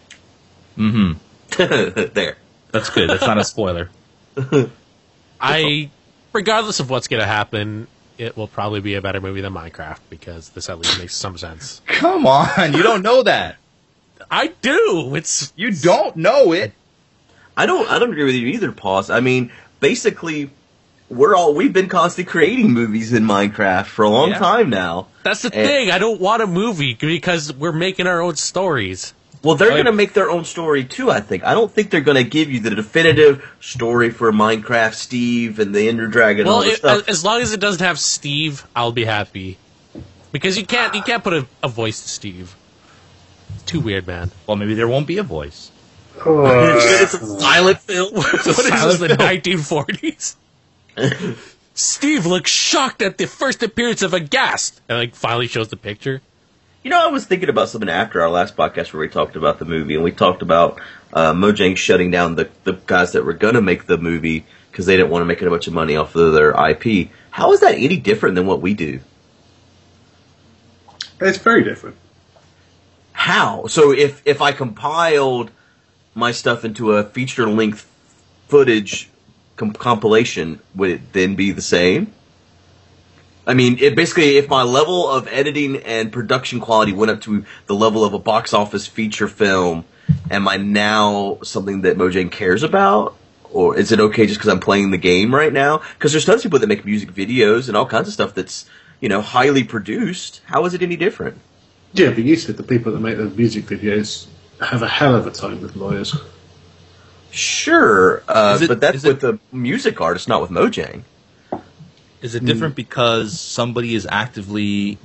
[SPEAKER 5] Mm-hmm. there.
[SPEAKER 2] That's good. That's not a spoiler.
[SPEAKER 3] I, regardless of what's going to happen, it will probably be a better movie than Minecraft because this at least makes some sense.
[SPEAKER 2] Come on, you don't know that.
[SPEAKER 3] I do. It's
[SPEAKER 2] You don't know it.
[SPEAKER 5] I don't. I don't agree with you either, Paws. I mean, basically, we're all we've been constantly creating movies in Minecraft for a long
[SPEAKER 2] Yeah.
[SPEAKER 5] time now.
[SPEAKER 3] that's the
[SPEAKER 5] And-
[SPEAKER 3] thing. I don't want a movie because we're making our own stories.
[SPEAKER 5] Well,
[SPEAKER 2] Oh,
[SPEAKER 5] they're
[SPEAKER 2] yeah.
[SPEAKER 5] going to make their own story too. I think. I don't think they're going to give you the definitive story for Minecraft Steve and the Ender Dragon.
[SPEAKER 3] Well,
[SPEAKER 5] and all this
[SPEAKER 3] it,
[SPEAKER 5] stuff.
[SPEAKER 3] as, as long as it doesn't have Steve, I'll be happy because you can't you can't put a, a voice to Steve. It's too weird, man.
[SPEAKER 2] Well, maybe there won't be a voice.
[SPEAKER 5] it's a silent film.
[SPEAKER 3] What is
[SPEAKER 2] silent
[SPEAKER 3] this, the 1940s? Steve looks shocked at the first appearance of a guest, and like finally shows the picture.
[SPEAKER 5] You know, I was thinking about something after our last podcast where we talked about the movie, and we talked about uh, Mojang shutting down the, the guys that were going to make the movie because they didn't want to make a bunch of money off of their IP. How is that any different than what we do?
[SPEAKER 4] It's very different.
[SPEAKER 5] How? So if if I compiled my stuff into a feature length footage com- compilation, would it then be the same? I mean, it basically, if my level of editing and production quality went up to the level of a box office feature film, am I now something that Mojang cares about? Or is it okay just because I'm playing the game right now? Because there's tons of people that make music videos and all kinds of stuff that's, you know, highly produced. How is it any different?
[SPEAKER 4] Yeah, but you said the people that make the music videos have a hell of a time with lawyers.
[SPEAKER 5] Sure, uh,
[SPEAKER 2] Is it-
[SPEAKER 5] but that's
[SPEAKER 2] is it-
[SPEAKER 5] with the music artist, not with Mojang.
[SPEAKER 2] Is it
[SPEAKER 5] Hmm.
[SPEAKER 2] different because somebody is actively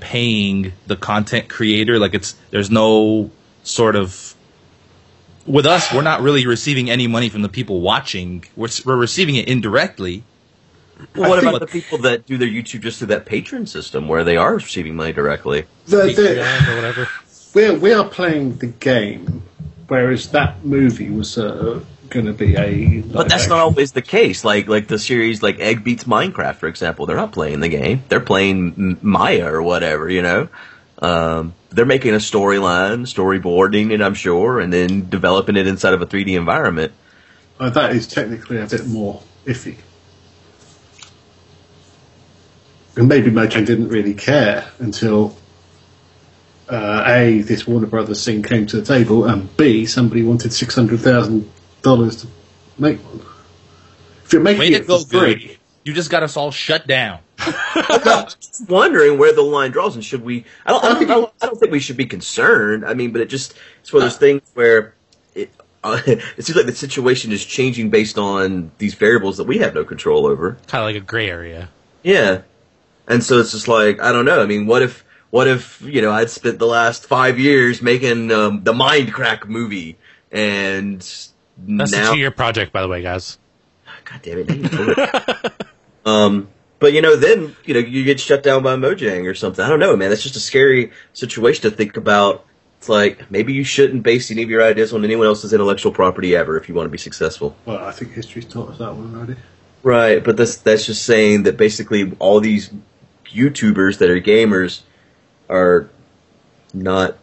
[SPEAKER 2] paying the content creator? Like it's there's no sort of with us, we're not really receiving any money from the people watching. We're, s- we're receiving it indirectly.
[SPEAKER 5] Well, what
[SPEAKER 2] think-
[SPEAKER 5] about the people that do their YouTube just through that patron system, where they are receiving money directly?
[SPEAKER 4] They're, they're,
[SPEAKER 3] Patreon or whatever.
[SPEAKER 4] we're, we are playing the game, whereas that movie was uh, going to be a.
[SPEAKER 5] But that's not always the case. Like like the series like Egg Beats Minecraft, for example, they're not playing the game; they're playing M- Maya or whatever. You know, um, they're making a storyline, storyboarding it, I'm sure, and then developing it inside of a 3D environment.
[SPEAKER 4] Uh, that is technically a bit more iffy. And maybe Mojang didn't really care until uh, A, this Warner Brothers thing came to the table, and B, somebody wanted $600,000 to make one. If you're making
[SPEAKER 2] Way to
[SPEAKER 4] it for
[SPEAKER 2] go,
[SPEAKER 4] free,
[SPEAKER 2] good. You just got us all shut down.
[SPEAKER 5] wondering where the line draws, and should we? I don't, I don't think I don't, I don't think we should be concerned. I mean, but it just it's one of those things where it uh, it seems like the situation is changing based on these variables that we have no control over.
[SPEAKER 3] Kind of like a gray area.
[SPEAKER 5] Yeah, and so it's just like I don't know. I mean, what if what if you know I'd spent the last five years making um, the Mindcrack movie, and
[SPEAKER 3] That's
[SPEAKER 5] now
[SPEAKER 3] a two-year project, by the way, guys.
[SPEAKER 5] God damn it. now you told it. um, but you know, then you know you get shut down by Mojang or something. I don't know, man. That's just a scary situation to think about. It's like maybe you shouldn't base any of your ideas on anyone else's intellectual property ever if you want to be successful.
[SPEAKER 4] well, I think history's taught us that one already.
[SPEAKER 5] Right, but that's that's just saying that basically all these YouTubers that are gamers are not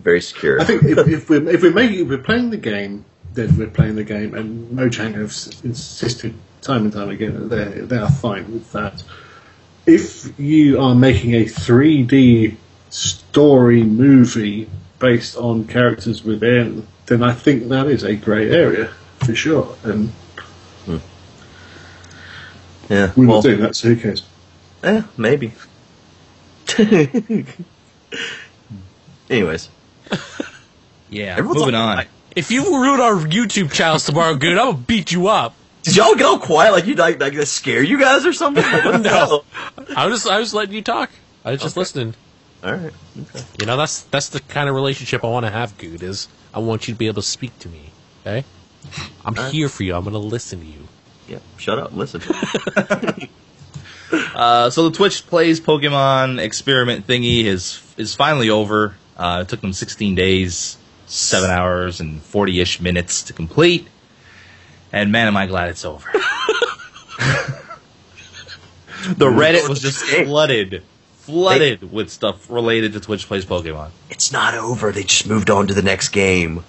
[SPEAKER 5] very secure.
[SPEAKER 4] I think if, if we're if we're making if we're playing the game, then we're playing the game, and Mojang have s- insisted time and time again that they they are fine with that. If you are making a 3D story movie based on characters within, then I think that is a grey area for sure, and
[SPEAKER 5] yeah,
[SPEAKER 4] we're
[SPEAKER 5] well,
[SPEAKER 4] not doing that, so who cares?
[SPEAKER 5] eh, maybe. Anyways,
[SPEAKER 2] Yeah,
[SPEAKER 5] Everyone's
[SPEAKER 2] moving
[SPEAKER 5] on-
[SPEAKER 2] on.
[SPEAKER 3] If you ruin our YouTube channels tomorrow, good, I'm gonna beat you up.
[SPEAKER 5] did y'all get all quiet like you like like that scare you guys or something? What the hell?
[SPEAKER 3] I was I was letting you talk. I was just listening.
[SPEAKER 5] All right.
[SPEAKER 3] You know, that's that's the kind of relationship I want to have, Good. Is I want you to be able to speak to me. Okay, I'm here for you. I'm gonna listen to you.
[SPEAKER 5] Yeah, shut up. Listen.
[SPEAKER 2] Uh, so the Twitch plays Pokemon experiment thingy is is finally over. Uh, it took them 16 days, seven hours and 40 ish minutes to complete. And man, am I glad it's over. the Reddit was just flooded, flooded with stuff related to Twitch plays Pokemon.
[SPEAKER 5] it's not over. They just moved on to the next game.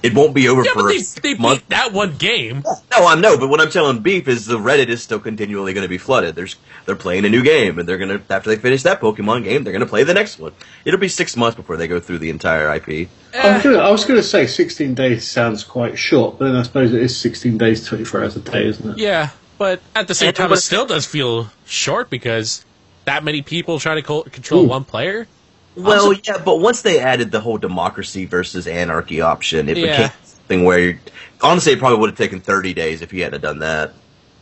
[SPEAKER 5] It won't be over
[SPEAKER 3] Yeah,
[SPEAKER 5] for
[SPEAKER 3] but they,
[SPEAKER 5] a
[SPEAKER 3] they
[SPEAKER 5] month.
[SPEAKER 3] beat that one game.
[SPEAKER 5] No, I know, but what I'm telling Beef is the Reddit is still continually going to be flooded. There's they're playing a new game, and they're gonna after they finish that Pokemon game, they're gonna play the next one. It'll be six months before they go through the entire IP.
[SPEAKER 4] I was, gonna, I was gonna say 16 days sounds quite short, but then I suppose it is 16 days, 24 hours a day, isn't it?
[SPEAKER 3] Yeah, but at the same
[SPEAKER 5] And
[SPEAKER 3] time, it
[SPEAKER 5] what-
[SPEAKER 3] still does feel short because that many people try to co- control
[SPEAKER 4] Ooh.
[SPEAKER 3] one player.
[SPEAKER 5] Well,
[SPEAKER 3] Also-
[SPEAKER 5] yeah, but once they added the whole democracy versus anarchy option, it
[SPEAKER 3] Yeah.
[SPEAKER 5] became something where you're, honestly, it probably would have taken 30 days if he hadn't done that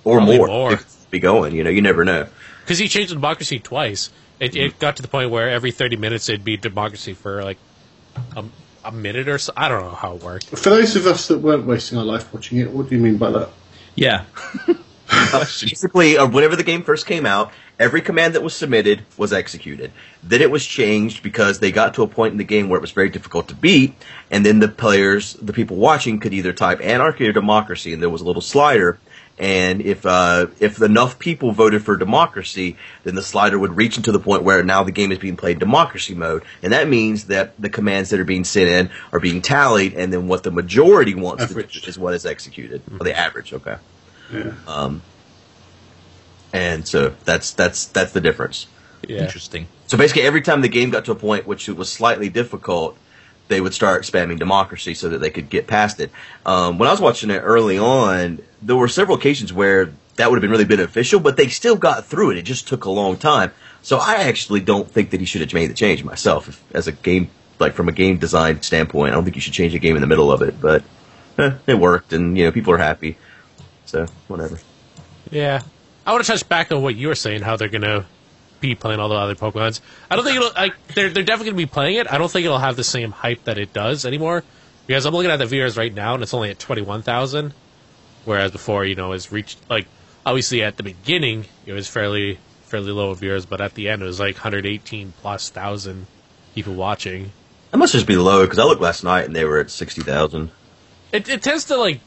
[SPEAKER 5] or
[SPEAKER 3] Probably
[SPEAKER 5] more.
[SPEAKER 3] more.
[SPEAKER 5] It could Be going, you know, you never know.
[SPEAKER 3] Because he changed democracy twice. It, it got to the point where every 30 minutes it'd be democracy for like a, a minute or so. I don't know how it worked.
[SPEAKER 4] For those of us that weren't wasting our life watching it, what do you mean by that?
[SPEAKER 2] Yeah.
[SPEAKER 5] basically, uh, whenever the game first came out, every command that was submitted was executed. Then it was changed because they got to a point in the game where it was very difficult to beat, and then the players, the people watching, could either type anarchy or democracy, and there was a little slider. And if uh, if enough people voted for democracy, then the slider would reach into the point where now the game is being played democracy mode, and that means that the commands that are being sent in are being tallied, and then what the majority wants to
[SPEAKER 4] Averaged.
[SPEAKER 5] do is what is executed, or the average. Okay.
[SPEAKER 4] Yeah.
[SPEAKER 5] Um, and so that's that's that's the difference.
[SPEAKER 3] Yeah.
[SPEAKER 2] Interesting.
[SPEAKER 5] So basically, every time the game got to a point which it was slightly difficult, they would start spamming democracy so that they could get past it. Um, when I was watching it early on, there were several occasions where that would have been really beneficial, but they still got through it. It just took a long time. So I actually don't think that he should have made the change myself if, as a game, like from a game design standpoint. I don't think you should change the game in the middle of it, but eh, it worked, and you know people are happy. So whatever.
[SPEAKER 3] Yeah. I want to touch back on what you were saying, how they're going to be playing all the other Pokemons. I don't think it'll, like, they're, they're definitely going to be playing it. I don't think it'll have the same hype that it does anymore. Because I'm looking at the viewers right now, and it's only at 21,000. Whereas before, you know, it's reached, like, obviously at the beginning, it was fairly, fairly low of viewers, but at the end, it was like 118 plus thousand people watching.
[SPEAKER 5] That must just be low because I looked last night and they were at sixty thousand.
[SPEAKER 3] It, it tends to, like,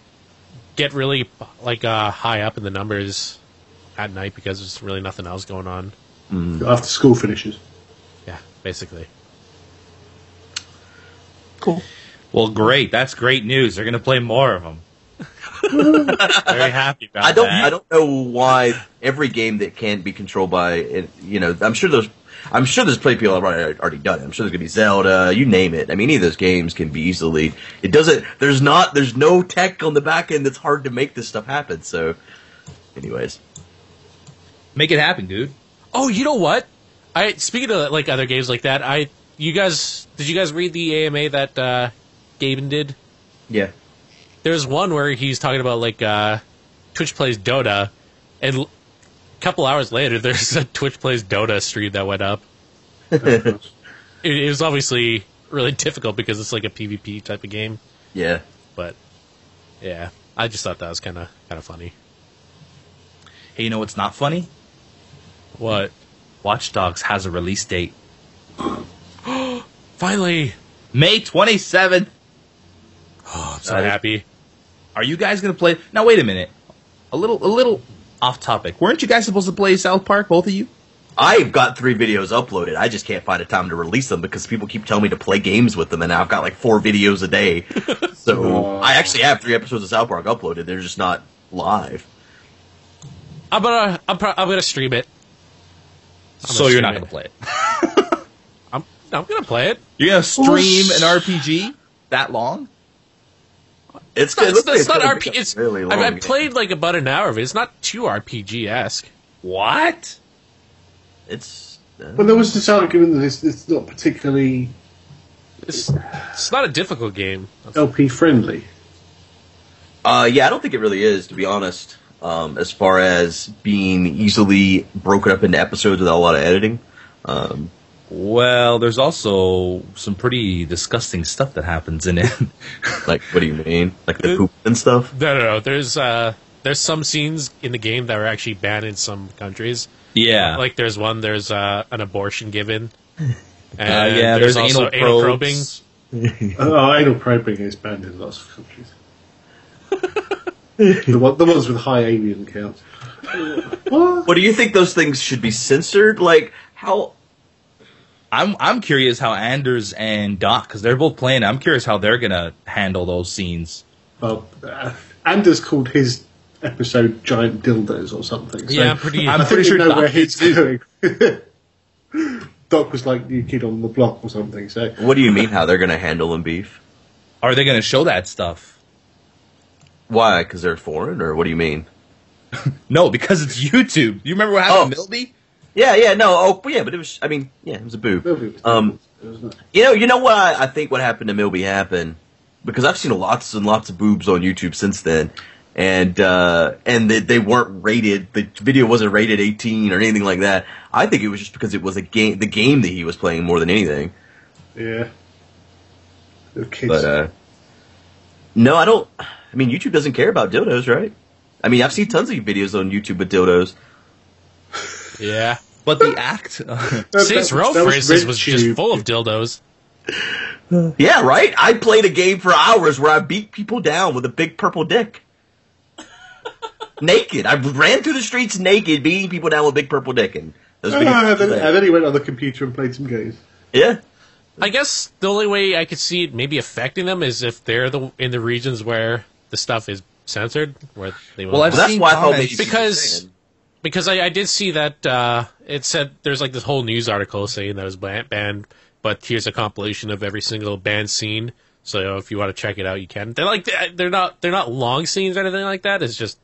[SPEAKER 3] get really, like, uh, high up in the numbers at night because there's really nothing else going on.
[SPEAKER 5] Hmm.
[SPEAKER 4] After school finishes.
[SPEAKER 3] Yeah, basically.
[SPEAKER 5] Cool.
[SPEAKER 2] Well, great. That's great news. They're going to play more of them. Very happy about
[SPEAKER 5] I don't.
[SPEAKER 2] that.
[SPEAKER 5] I don't know why every game that can be controlled by it- you know. I'm sure there's. I'm sure there's play people have already, already done it. I'm sure there's gonna be Zelda. You name it. I mean, any of those games can be easily. It doesn't. There's not. There's no tech on the back end that's hard to make this stuff happen. So, anyways,
[SPEAKER 2] Make it happen, dude.
[SPEAKER 3] Oh, you know what? I speaking of like other games like that, I you guys did you guys read the AMA that uh Gaben did?
[SPEAKER 5] yeah.
[SPEAKER 3] There's one where he's talking about like uh Twitch plays Dota and l- a couple hours later there's a Twitch plays Dota stream that went up. It, it was obviously really difficult because it's like a PvP type of game,
[SPEAKER 5] Yeah.
[SPEAKER 3] but yeah, I just thought that was kind of kind of funny.
[SPEAKER 2] Hey, you know what's not funny?
[SPEAKER 3] What?
[SPEAKER 2] Watch Dogs has a release date.
[SPEAKER 3] Finally,
[SPEAKER 2] May 27th.
[SPEAKER 3] oh, I'm so
[SPEAKER 2] That is-
[SPEAKER 3] happy.
[SPEAKER 2] Are you guys going to play? Now, wait a minute. a little, a little off topic. Weren't you guys supposed to play South Park, both of you?
[SPEAKER 5] I've got three videos uploaded. I just can't find a time to release them because people keep telling me to play games with them, and I've got like four videos a day. so I actually have three episodes of South Park uploaded. They're just not live.
[SPEAKER 3] I'm gonna I'm, pro- I'm gonna stream it.
[SPEAKER 2] so you're not
[SPEAKER 3] stream
[SPEAKER 2] going
[SPEAKER 3] it.
[SPEAKER 2] to play it.
[SPEAKER 3] I'm I'm gonna play it.
[SPEAKER 2] You're going to stream an RPG that long?
[SPEAKER 5] It's
[SPEAKER 3] It's,
[SPEAKER 5] good. looks
[SPEAKER 3] not-
[SPEAKER 5] like
[SPEAKER 3] it's not
[SPEAKER 5] gonna
[SPEAKER 3] RPG.
[SPEAKER 5] be a
[SPEAKER 3] It's
[SPEAKER 5] really long.
[SPEAKER 3] I, I
[SPEAKER 5] game.
[SPEAKER 3] played like about an hour of it. It's not too RPG esque.
[SPEAKER 2] What?
[SPEAKER 5] It's uh,
[SPEAKER 4] But there was this argument that it's, it's not particularly
[SPEAKER 3] It's it's not a difficult game.
[SPEAKER 4] LP friendly.
[SPEAKER 5] uh, yeah. I don't think it really is, to be honest. Um, as far as being easily broken up into episodes without a lot of editing. Um,
[SPEAKER 2] Well, there's also some pretty disgusting stuff that happens in it.
[SPEAKER 5] like, what do you mean? Like the poop and stuff.
[SPEAKER 3] No, no, no. There's uh, there's some scenes in the game that are actually banned in some countries.
[SPEAKER 2] yeah.
[SPEAKER 3] Like there's one, there's uh, an abortion given. And
[SPEAKER 2] Uh, yeah,
[SPEAKER 3] there's,
[SPEAKER 2] there's,
[SPEAKER 3] also
[SPEAKER 2] anal, probing.
[SPEAKER 3] probing.
[SPEAKER 4] oh, anal probing is banned in lots of countries. the, one, the ones with high alien counts. what?
[SPEAKER 5] What do you think those things should be censored? Like how?
[SPEAKER 2] I'm I'm curious how Anders and Doc, because they're both playing. it, I'm curious how they're gonna handle those scenes.
[SPEAKER 4] Well, uh, Anders called his episode "Giant Dildos" or something. So
[SPEAKER 3] Yeah, I'm pretty.
[SPEAKER 2] I'm
[SPEAKER 4] I think
[SPEAKER 2] pretty
[SPEAKER 4] we
[SPEAKER 2] sure
[SPEAKER 4] know
[SPEAKER 2] Doc
[SPEAKER 4] where he's going. Doc was like new kid on the block or something. So
[SPEAKER 5] What do you mean how they're gonna handle them beef?
[SPEAKER 2] Are they gonna show that stuff?
[SPEAKER 5] Why? Because they're foreign, or what do you mean?
[SPEAKER 2] No, because it's YouTube. You remember what happened,
[SPEAKER 5] Oh.
[SPEAKER 2] Milby?
[SPEAKER 5] Yeah, yeah, no, oh, but yeah, but it was. I mean, yeah, it was a boo. Um,
[SPEAKER 4] wasn't it?
[SPEAKER 5] you know, you know what? I, I think what happened to Milby happened because I've seen lots and lots of boobs on YouTube since then, and uh, and they, they weren't rated. The video wasn't rated 18 or anything like that. I think it was just because it was a game, the game that he was playing more than anything.
[SPEAKER 4] yeah. Little kids.
[SPEAKER 5] But uh, no, I don't. I mean, YouTube doesn't care about dildos, right? I mean, I've seen tons of videos on YouTube with dildos.
[SPEAKER 3] yeah.
[SPEAKER 2] But the act.
[SPEAKER 4] That-
[SPEAKER 3] Saints
[SPEAKER 4] that-
[SPEAKER 3] Row,
[SPEAKER 4] that
[SPEAKER 3] for instance,
[SPEAKER 4] Red
[SPEAKER 3] was just
[SPEAKER 4] Tube.
[SPEAKER 3] full of dildos.
[SPEAKER 5] Yeah, right. I played a game for hours where I beat people down with a big purple dick. naked. I ran through the streets naked, beating people down with a big purple dick, and those
[SPEAKER 4] Ah,
[SPEAKER 5] big-
[SPEAKER 4] and, then, and then he went on the computer and played some games.
[SPEAKER 5] yeah.
[SPEAKER 3] I guess the only way I could see it maybe affecting them is if they're the in the regions where the stuff is censored, where they won't.
[SPEAKER 2] Well, I've
[SPEAKER 5] Well, that's
[SPEAKER 2] seen
[SPEAKER 5] why I thought
[SPEAKER 2] comments-
[SPEAKER 5] maybe
[SPEAKER 3] Because- because I, I did see that uh, it said there's like this whole news article saying that it was ban- banned, but here's a compilation of every single band scene. So if you want to check it out, you can. They're like uh, they're not they're not long scenes or anything like that. It's just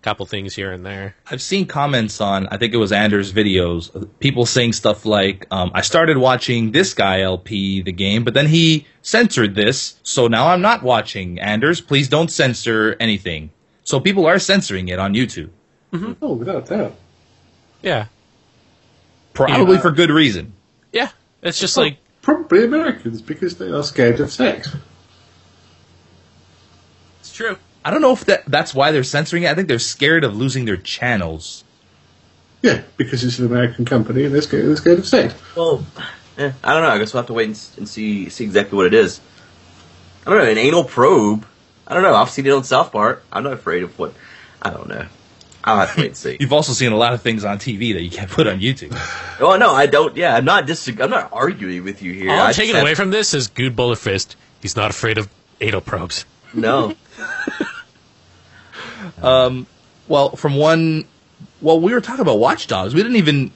[SPEAKER 3] a couple things here and there.
[SPEAKER 2] I've seen comments on, I think it was Anders' videos, uh, people saying stuff like, um, I started watching this guy LP the game, but then he censored this, so now I'm not watching. Anders, please don't censor anything. So people are censoring it on YouTube.
[SPEAKER 4] Oh, without doubt.
[SPEAKER 3] Yeah,
[SPEAKER 2] Probably
[SPEAKER 4] Yeah.
[SPEAKER 2] for good reason.
[SPEAKER 3] yeah. It's just like
[SPEAKER 4] Probably Americans because they are scared of sex.
[SPEAKER 3] it's true.
[SPEAKER 2] I don't know if that, that's why they're censoring it. I think they're scared of losing their channels.
[SPEAKER 4] Yeah, because it's an American company and they're scared, they're scared of sex.
[SPEAKER 5] Well, eh, I don't know. I guess we'll have to wait and, s- and see see exactly what it is. I don't know. An anal probe. I don't know. I've seen it on South Park. I'm not afraid of what. I don't know. I'll have to wait and see.
[SPEAKER 2] You've also seen a lot of things on TV that you can't put on YouTube.
[SPEAKER 5] well, Oh, no, I don't. Yeah, I'm not. Disag- I'm not arguing with you here.
[SPEAKER 3] All
[SPEAKER 5] I
[SPEAKER 3] I'm
[SPEAKER 5] just
[SPEAKER 3] taking
[SPEAKER 5] have-
[SPEAKER 3] away from this is Good Buller Fist. He's not afraid of anal probes.
[SPEAKER 5] No.
[SPEAKER 2] well, from one, well, we were talking about watchdogs. We didn't even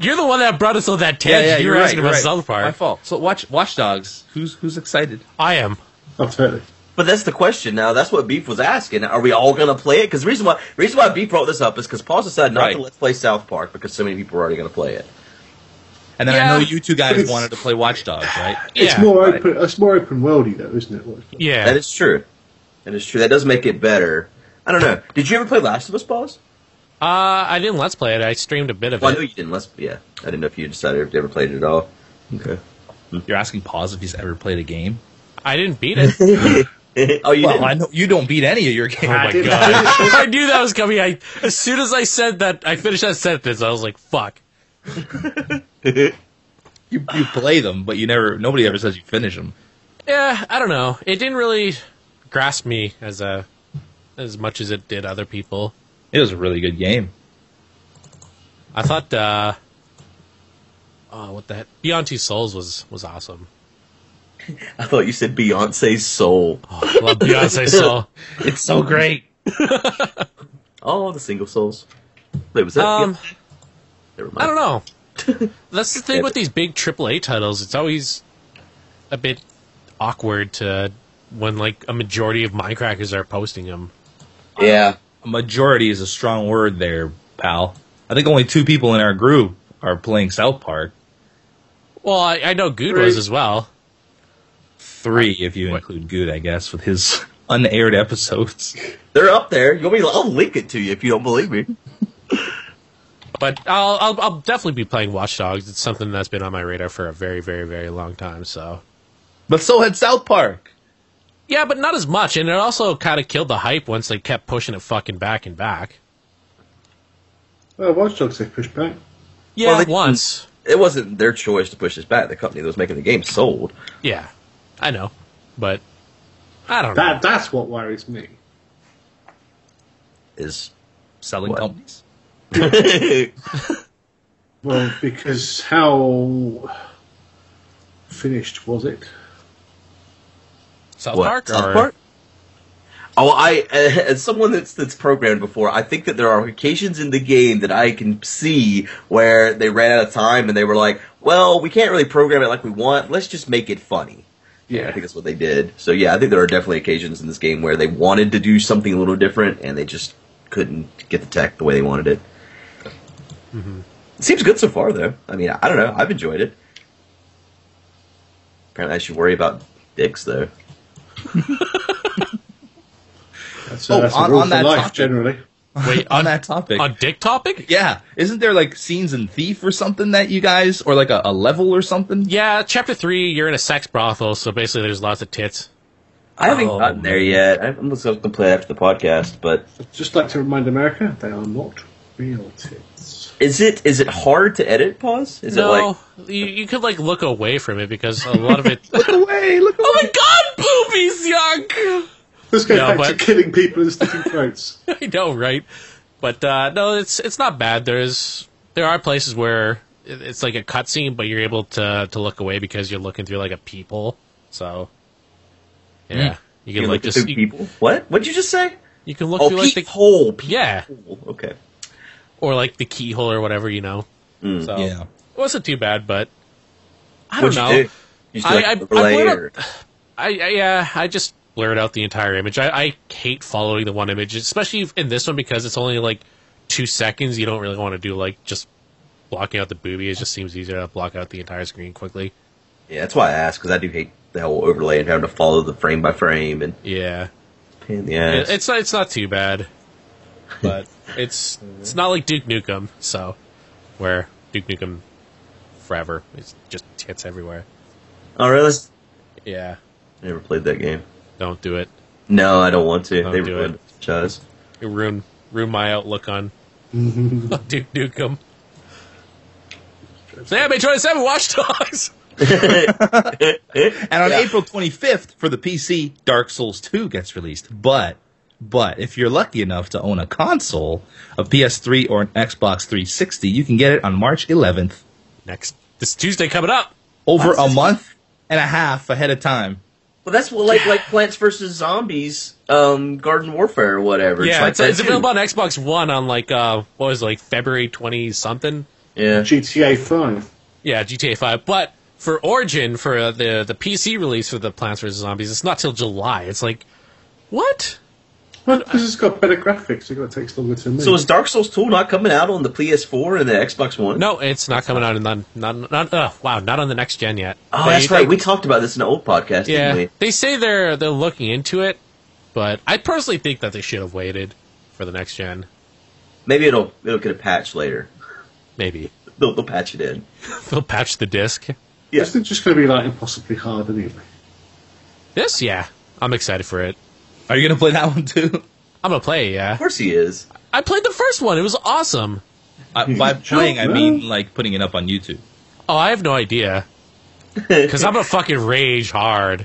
[SPEAKER 3] You're the one that brought us on that tangent. you were
[SPEAKER 2] you're
[SPEAKER 3] asking
[SPEAKER 2] right,
[SPEAKER 3] about
[SPEAKER 2] you're
[SPEAKER 3] South
[SPEAKER 2] My
[SPEAKER 3] Park.
[SPEAKER 2] fault. So watch Watch Dogs. Who's who's excited?
[SPEAKER 3] I am.
[SPEAKER 4] Oh, totally.
[SPEAKER 5] But that's the question now. That's what Beef was asking. Are we all gonna play it? Because the reason why the reason why Beef brought this up is because Paul decided not
[SPEAKER 2] Right.
[SPEAKER 5] to let's play South Park because so many people are already gonna play it.
[SPEAKER 2] And then
[SPEAKER 3] Yeah.
[SPEAKER 2] I know you two
[SPEAKER 4] But
[SPEAKER 2] guys
[SPEAKER 4] it's-
[SPEAKER 2] wanted to play Watch Dogs, right?
[SPEAKER 4] It's
[SPEAKER 3] yeah.
[SPEAKER 4] more
[SPEAKER 5] right.
[SPEAKER 4] open. It's more open worldy though, isn't it?
[SPEAKER 3] yeah.
[SPEAKER 5] That is true. That is true. That does make it better. I don't know. Did you ever play Last of Us, Paul's?
[SPEAKER 3] uh, I didn't let's play it. I streamed a bit of
[SPEAKER 5] Well, I know
[SPEAKER 3] it.
[SPEAKER 5] you didn't. Let's yeah. I didn't know if you decided if you ever played it at all. Okay.
[SPEAKER 2] You're asking Paws if he's ever played a game.
[SPEAKER 3] I didn't beat it.
[SPEAKER 5] oh, you
[SPEAKER 2] Well,
[SPEAKER 5] didn't.
[SPEAKER 2] I know you don't beat any of your games.
[SPEAKER 3] Oh my
[SPEAKER 4] did.
[SPEAKER 3] god! I knew that was coming. I as soon as I said that, I finished that sentence. I was like, "Fuck."
[SPEAKER 2] You, you play them, but you never. Nobody ever says you finish them.
[SPEAKER 3] Yeah, I don't know. It didn't really grasp me as a as much as it did other people.
[SPEAKER 2] It was a really good game.
[SPEAKER 3] I thought, uh, oh, what the heck? Beyond Two Souls was was awesome.
[SPEAKER 5] I thought you said Beyonce's soul.
[SPEAKER 3] Oh, I love Beyonce Soul.
[SPEAKER 2] It's so great.
[SPEAKER 5] Oh, the single souls. Wait, was that?
[SPEAKER 3] Um,
[SPEAKER 5] Beyonce? Never mind.
[SPEAKER 3] I don't know. That's the thing with these big AAA titles. It's always a bit awkward to when like a majority of Minecrackers are posting them.
[SPEAKER 5] Yeah.
[SPEAKER 2] Majority is a strong word there, pal. I think only two people in our group are playing South Park.
[SPEAKER 3] Well, I, I know Good was as well.
[SPEAKER 2] Three, if you include Good, I guess, with his unaired episodes.
[SPEAKER 5] They're up there. You want me? I'll link it to you if you don't believe me.
[SPEAKER 3] But I'll, I'll I'll definitely be playing Watch Dogs. It's something that's been on my radar for a very very very long time. So
[SPEAKER 2] But so had South Park.
[SPEAKER 3] yeah, but not as much. And it also kind of killed the hype once they kept pushing it fucking back and back.
[SPEAKER 4] Well, Watch Dogs they pushed back.
[SPEAKER 3] Yeah,
[SPEAKER 5] they didn't-
[SPEAKER 3] once.
[SPEAKER 5] It wasn't their choice to push this back. The company that was making the game sold.
[SPEAKER 3] Yeah, I know, but I don't know.
[SPEAKER 4] That that's what worries me.
[SPEAKER 5] Is
[SPEAKER 2] Selling
[SPEAKER 5] What?
[SPEAKER 2] companies.
[SPEAKER 4] Well, because how finished was it?
[SPEAKER 3] South
[SPEAKER 5] What?
[SPEAKER 3] Park or
[SPEAKER 5] South Park? Oh, I as someone that's that's programmed before, I think that there are occasions in the game that I can see where they ran out of time and they were like, "Well, we can't really program it like we want. Let's just make it funny." I
[SPEAKER 4] Yeah,
[SPEAKER 5] think that's what they did. So yeah, I think there are definitely occasions in this game where they wanted to do something a little different and they just couldn't get the tech the way they wanted it.
[SPEAKER 3] Mm-hmm.
[SPEAKER 5] It seems good so far, though. I mean, I don't know. I've enjoyed it. Apparently, I should worry about dicks, though.
[SPEAKER 4] that's, uh,
[SPEAKER 2] Oh,
[SPEAKER 4] that's
[SPEAKER 2] on-
[SPEAKER 4] a rule
[SPEAKER 2] on
[SPEAKER 4] for
[SPEAKER 2] that
[SPEAKER 4] life
[SPEAKER 2] topic-
[SPEAKER 4] generally.
[SPEAKER 3] Wait,
[SPEAKER 2] on that topic.
[SPEAKER 3] on dick topic?
[SPEAKER 2] yeah. Isn't there like scenes in Thief or something that you guys, or like a, a level or something?
[SPEAKER 3] Yeah, chapter three, you're in a sex brothel, so basically there's lots of tits.
[SPEAKER 5] I haven't
[SPEAKER 2] Oh,
[SPEAKER 5] gotten there
[SPEAKER 2] man.
[SPEAKER 5] yet. I'm going to play it after the podcast, but
[SPEAKER 4] I'd just like to remind America they are not real tits.
[SPEAKER 5] is it is it hard to edit? Pause. Is it
[SPEAKER 3] no,
[SPEAKER 5] like
[SPEAKER 3] you, you could like look away from it because a lot of it.
[SPEAKER 2] Look away. Look away.
[SPEAKER 3] oh my god, boobies, yuck!
[SPEAKER 4] Let's go
[SPEAKER 3] No,
[SPEAKER 4] back
[SPEAKER 3] but-
[SPEAKER 4] to killing people and sticking throats.
[SPEAKER 3] I know, right? But uh, no, it's it's not bad. There's there are places where it- it's like a cutscene, but you're able to to look away because you're looking through like a peephole. So yeah, you
[SPEAKER 5] Hmm. you
[SPEAKER 3] can like
[SPEAKER 5] look
[SPEAKER 3] just
[SPEAKER 5] through
[SPEAKER 3] you,
[SPEAKER 5] people? What? What'd you just say?
[SPEAKER 3] you can look
[SPEAKER 5] Oh,
[SPEAKER 3] through like the
[SPEAKER 5] peephole. peephole.
[SPEAKER 3] yeah
[SPEAKER 5] Okay.
[SPEAKER 3] or like the keyhole or whatever you know.
[SPEAKER 5] Mm.
[SPEAKER 3] So
[SPEAKER 2] Yeah.
[SPEAKER 3] it wasn't too bad, but I don't
[SPEAKER 5] What'd
[SPEAKER 3] know.
[SPEAKER 5] You do? You just do,
[SPEAKER 3] I-
[SPEAKER 5] like,
[SPEAKER 3] I- I
[SPEAKER 5] overlay
[SPEAKER 3] put up-
[SPEAKER 5] or-
[SPEAKER 3] I, I yeah, I just blurred out the entire image. I, I hate following the one image, especially in this one because it's only like two seconds. You don't really want to do like just blocking out the boobie. It just seems easier to block out the entire screen quickly.
[SPEAKER 5] Yeah, that's why I asked because I do hate the whole overlay and having to follow the frame by frame and
[SPEAKER 3] Yeah,
[SPEAKER 5] pain in the ass.
[SPEAKER 3] It- it's not it's not too bad, but it's it's not like Duke Nukem. So where Duke Nukem forever, it's just tits everywhere.
[SPEAKER 5] oh, really?
[SPEAKER 3] Yeah,
[SPEAKER 5] Never played that game.
[SPEAKER 3] don't do it.
[SPEAKER 5] No, I don't want to.
[SPEAKER 3] Don't
[SPEAKER 5] they
[SPEAKER 3] do
[SPEAKER 5] ruined
[SPEAKER 3] it.
[SPEAKER 5] the franchise.
[SPEAKER 3] It ruined ruined my outlook on
[SPEAKER 5] Mm-hmm.
[SPEAKER 3] Duke Nukem. So yeah, May 27, Watch Dogs!
[SPEAKER 2] And on April 25th for the PC, Dark Souls 2 gets released. But but if you're lucky enough to own a console, a PS3 or an Xbox 360, you can get it on March 11th,
[SPEAKER 3] Next, this Tuesday coming up.
[SPEAKER 2] over
[SPEAKER 5] What's
[SPEAKER 2] a
[SPEAKER 5] this-
[SPEAKER 2] month and a half ahead of time.
[SPEAKER 5] Well, that's what, like like Plants vs Zombies, um, Garden Warfare or whatever.
[SPEAKER 3] yeah,
[SPEAKER 5] like
[SPEAKER 3] it's,
[SPEAKER 5] that
[SPEAKER 3] it's
[SPEAKER 5] too.
[SPEAKER 3] available on Xbox One on like uh, what was it, like February twenty something.
[SPEAKER 5] Yeah,
[SPEAKER 4] GTA Five.
[SPEAKER 3] Yeah, GTA Five. But for Origin, for uh, the the PC release for the Plants vs Zombies, it's not till July. It's like what?
[SPEAKER 4] Well, because it's got better graphics, it takes longer to move.
[SPEAKER 5] So is Dark Souls 2 not coming out on the PS4 and the Xbox One?
[SPEAKER 3] No, it's not coming out in the, not not uh, wow, not on the next gen yet.
[SPEAKER 5] Oh,
[SPEAKER 3] They-
[SPEAKER 5] that's right. We talked about this in the old podcast,
[SPEAKER 3] Yeah,
[SPEAKER 5] didn't
[SPEAKER 3] they say they're they're looking into it, but I personally think that they should have waited for the next gen.
[SPEAKER 5] we? Maybe it'll it'll get a patch later.
[SPEAKER 3] Maybe
[SPEAKER 5] They'll, they'll patch it in.
[SPEAKER 3] they'll patch the disc.
[SPEAKER 5] Yeah.
[SPEAKER 4] Isn't it just going to be like impossibly hard anyway?
[SPEAKER 3] This, yeah, I'm excited for it.
[SPEAKER 2] Are you going to play that one too?
[SPEAKER 3] I'm gonna play. it, Yeah,
[SPEAKER 5] Of course he is.
[SPEAKER 3] I played the first one. It was awesome.
[SPEAKER 2] I, by playing, I
[SPEAKER 4] no.
[SPEAKER 2] mean like putting it up on YouTube.
[SPEAKER 3] Oh, I have no idea because I'm gonna fucking rage hard.